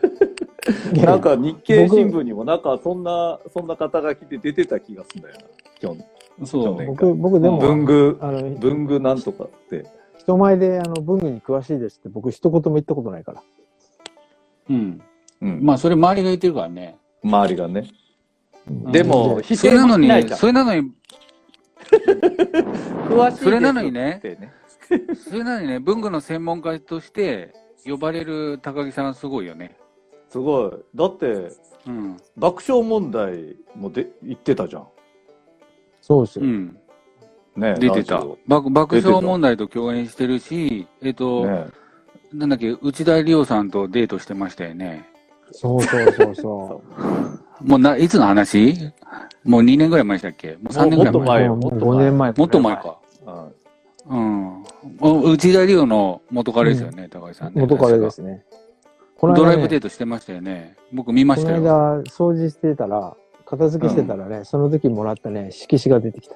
Speaker 3: なんか日経新聞にも、なんかそんな、そんな肩書きで出てた気がするんだよな。今日
Speaker 2: そ
Speaker 3: 去
Speaker 2: う
Speaker 3: 年。
Speaker 1: 僕、僕で
Speaker 3: 文
Speaker 1: も、
Speaker 3: 具、
Speaker 1: あの、
Speaker 3: 文具なんとかって。
Speaker 1: 人前であの文具に詳しいですって僕一言も言ったことないから。
Speaker 2: うん。
Speaker 3: うん。
Speaker 2: まあ、それ周りが言ってるからね。
Speaker 3: 周りがね。
Speaker 2: うん
Speaker 3: でも、否
Speaker 2: そ
Speaker 3: 定
Speaker 2: れなの
Speaker 3: もし
Speaker 2: に
Speaker 3: ないじ、ゃん。
Speaker 2: それなのに、
Speaker 3: 詳しいです
Speaker 2: それなのにね
Speaker 3: ってね。
Speaker 2: それなのにね、文具の専門家として呼ばれる高木さんはすごいよね。
Speaker 3: すごい。だって、
Speaker 2: うん。
Speaker 3: 爆笑問題もで言ってたじゃん。
Speaker 1: そうです
Speaker 2: う
Speaker 1: よ。
Speaker 2: ん。
Speaker 3: ね
Speaker 2: 出てた
Speaker 3: ラジオ。
Speaker 2: 爆爆
Speaker 3: 出てた
Speaker 2: 笑問題と共演してるし、えっと、
Speaker 3: ね
Speaker 2: なんだっけ、内田理央さんとデートしてましたよね。
Speaker 1: そうそうそうそ
Speaker 2: もうな、いつの話もう2年ぐらい前でしたっけもう3年ぐらい前。
Speaker 3: もっと前よ
Speaker 1: う。も
Speaker 3: もっ
Speaker 1: う
Speaker 3: と
Speaker 1: 5年前。
Speaker 2: もっと前。か。
Speaker 3: うん
Speaker 2: うん。お内田理央の元彼ですよね、高木さんね。
Speaker 1: 元カレで
Speaker 2: 確か。
Speaker 1: すね。
Speaker 2: ドライブ
Speaker 1: ね
Speaker 2: デートしてましたよね。僕見ま
Speaker 1: こ
Speaker 2: し
Speaker 1: の
Speaker 2: たよ。
Speaker 1: 間、掃除してたら、片付けしてたらね、その時もらったね、色紙が出てきた。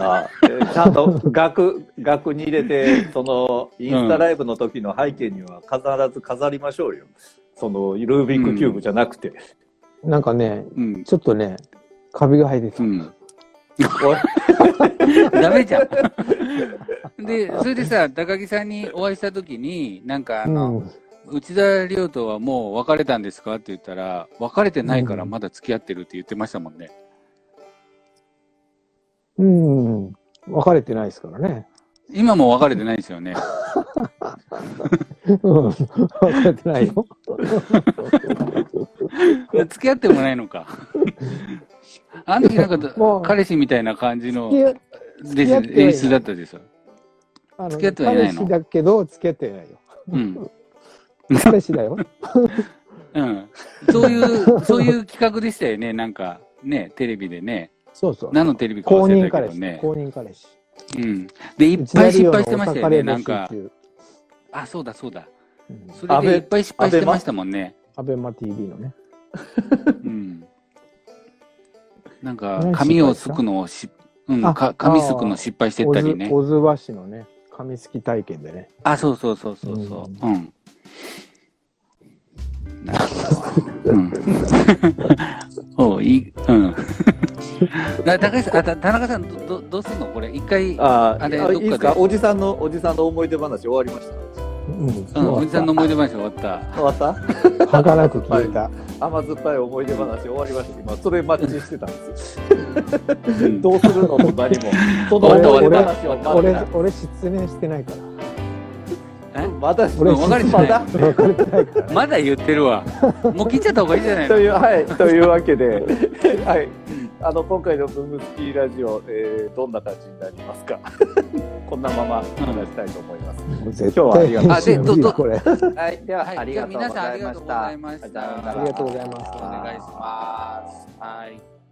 Speaker 3: あえーちゃんと額、額に入れて、その、インスタライブの時の背景には必ず飾りましょうよ。その、ルービックキューブじゃなくて。
Speaker 1: なんかね、
Speaker 2: うん。
Speaker 1: ちょっとね、カビが生えてき
Speaker 2: う
Speaker 1: た。
Speaker 2: ん。
Speaker 3: おい
Speaker 2: ダメじゃん。 (laughs) で、それでさ、高木さんにお会いしたときに、なんかあの、
Speaker 1: ん。
Speaker 2: 内田理央とはもう別れたんですかって言ったら、別れてないからまだ付き合ってるって言ってましたもんね。
Speaker 1: うん。別れてないですからね。
Speaker 2: 今も別れてないですよね。
Speaker 1: うん。分かってない
Speaker 2: (laughs)
Speaker 1: よ。
Speaker 2: 付き合ってもないの
Speaker 1: (laughs)
Speaker 2: か。あの時なんか
Speaker 1: もう
Speaker 2: 彼氏みたいな感じの
Speaker 1: 付き合い付き合ってはい
Speaker 2: です
Speaker 1: ない
Speaker 2: 演出だったですよ。
Speaker 1: あの
Speaker 2: 付き合ってはいない
Speaker 1: 彼
Speaker 2: の
Speaker 1: 氏だけど、付き合ってないよ。
Speaker 2: うん。
Speaker 1: 彼氏だ
Speaker 2: (laughs)
Speaker 1: よ。
Speaker 2: うん。そういう、そういう企画でしたよね。なんか、ね、テレビでね。
Speaker 1: そうそう。
Speaker 2: 何のテレビか
Speaker 1: 公
Speaker 2: 忘れ
Speaker 1: 認
Speaker 2: たけ
Speaker 1: 彼
Speaker 2: ど
Speaker 1: 氏。
Speaker 2: ね。
Speaker 1: 公認彼氏。
Speaker 2: うん。で、いっぱい失敗してましたよね。なんか
Speaker 1: う、ん
Speaker 2: あ、そうだそうだ。そ
Speaker 3: 安
Speaker 2: れ
Speaker 3: 倍
Speaker 2: でいっぱい失敗してましたもんね。
Speaker 1: アベマ TV のね。
Speaker 2: うん。なんか
Speaker 1: 何、
Speaker 2: 髪をすくのをし、うん、
Speaker 1: あ
Speaker 2: か髪すくの失敗して
Speaker 1: オ
Speaker 2: た
Speaker 1: ズ
Speaker 2: りね。
Speaker 1: オズワシのね、紙すき体験でね。
Speaker 2: あ、そうそうそうそうそう。うん。なるほど。うん。 (laughs) おういい、うん。 (laughs) だ高橋さん、あ、た田中さん、ど、どどうすんのこれ、一回、う
Speaker 3: あー
Speaker 2: あれ
Speaker 3: あ
Speaker 2: どっ
Speaker 3: い
Speaker 2: かで
Speaker 3: いですかおじさんのおじさんの思い出話終わりました
Speaker 1: うん
Speaker 2: ん、おじさんの思い出話終わ (laughs) った。
Speaker 3: 終わった
Speaker 1: はかなく聞いた。
Speaker 3: 甘酸っぱい思い出話終わりました今それマッチしてたんです
Speaker 2: うん
Speaker 3: どうするのと何 (laughs) もその
Speaker 1: 俺
Speaker 3: 思い
Speaker 1: 俺
Speaker 3: 出話は変わ
Speaker 1: 俺
Speaker 3: らない
Speaker 1: 俺失恋してないから。
Speaker 3: 私
Speaker 1: 俺
Speaker 2: 別れて
Speaker 3: ま
Speaker 2: ない
Speaker 3: だ
Speaker 2: もんね
Speaker 1: 別れてないから。
Speaker 2: まだ言ってるわ。もう切っちゃった方がいいじゃないの
Speaker 3: と。いうはいというわ (laughs) けではいあの今回のブームスキーラジオ、えーどんな感じになりますか (laughs) こんなまま話したいと思います、
Speaker 1: もう絶
Speaker 3: 今日は
Speaker 1: 対
Speaker 3: あ
Speaker 1: 編集
Speaker 2: あで
Speaker 3: りがとう
Speaker 2: ど
Speaker 1: 無理
Speaker 2: ど
Speaker 1: これ。
Speaker 3: はいで
Speaker 2: (laughs)
Speaker 3: は、
Speaker 2: はい
Speaker 3: ありがとうご
Speaker 2: じゃあ
Speaker 3: ざいました
Speaker 2: 皆さんありがとうございました
Speaker 3: さよなら
Speaker 1: ありがとうございました
Speaker 2: お願いします。はい。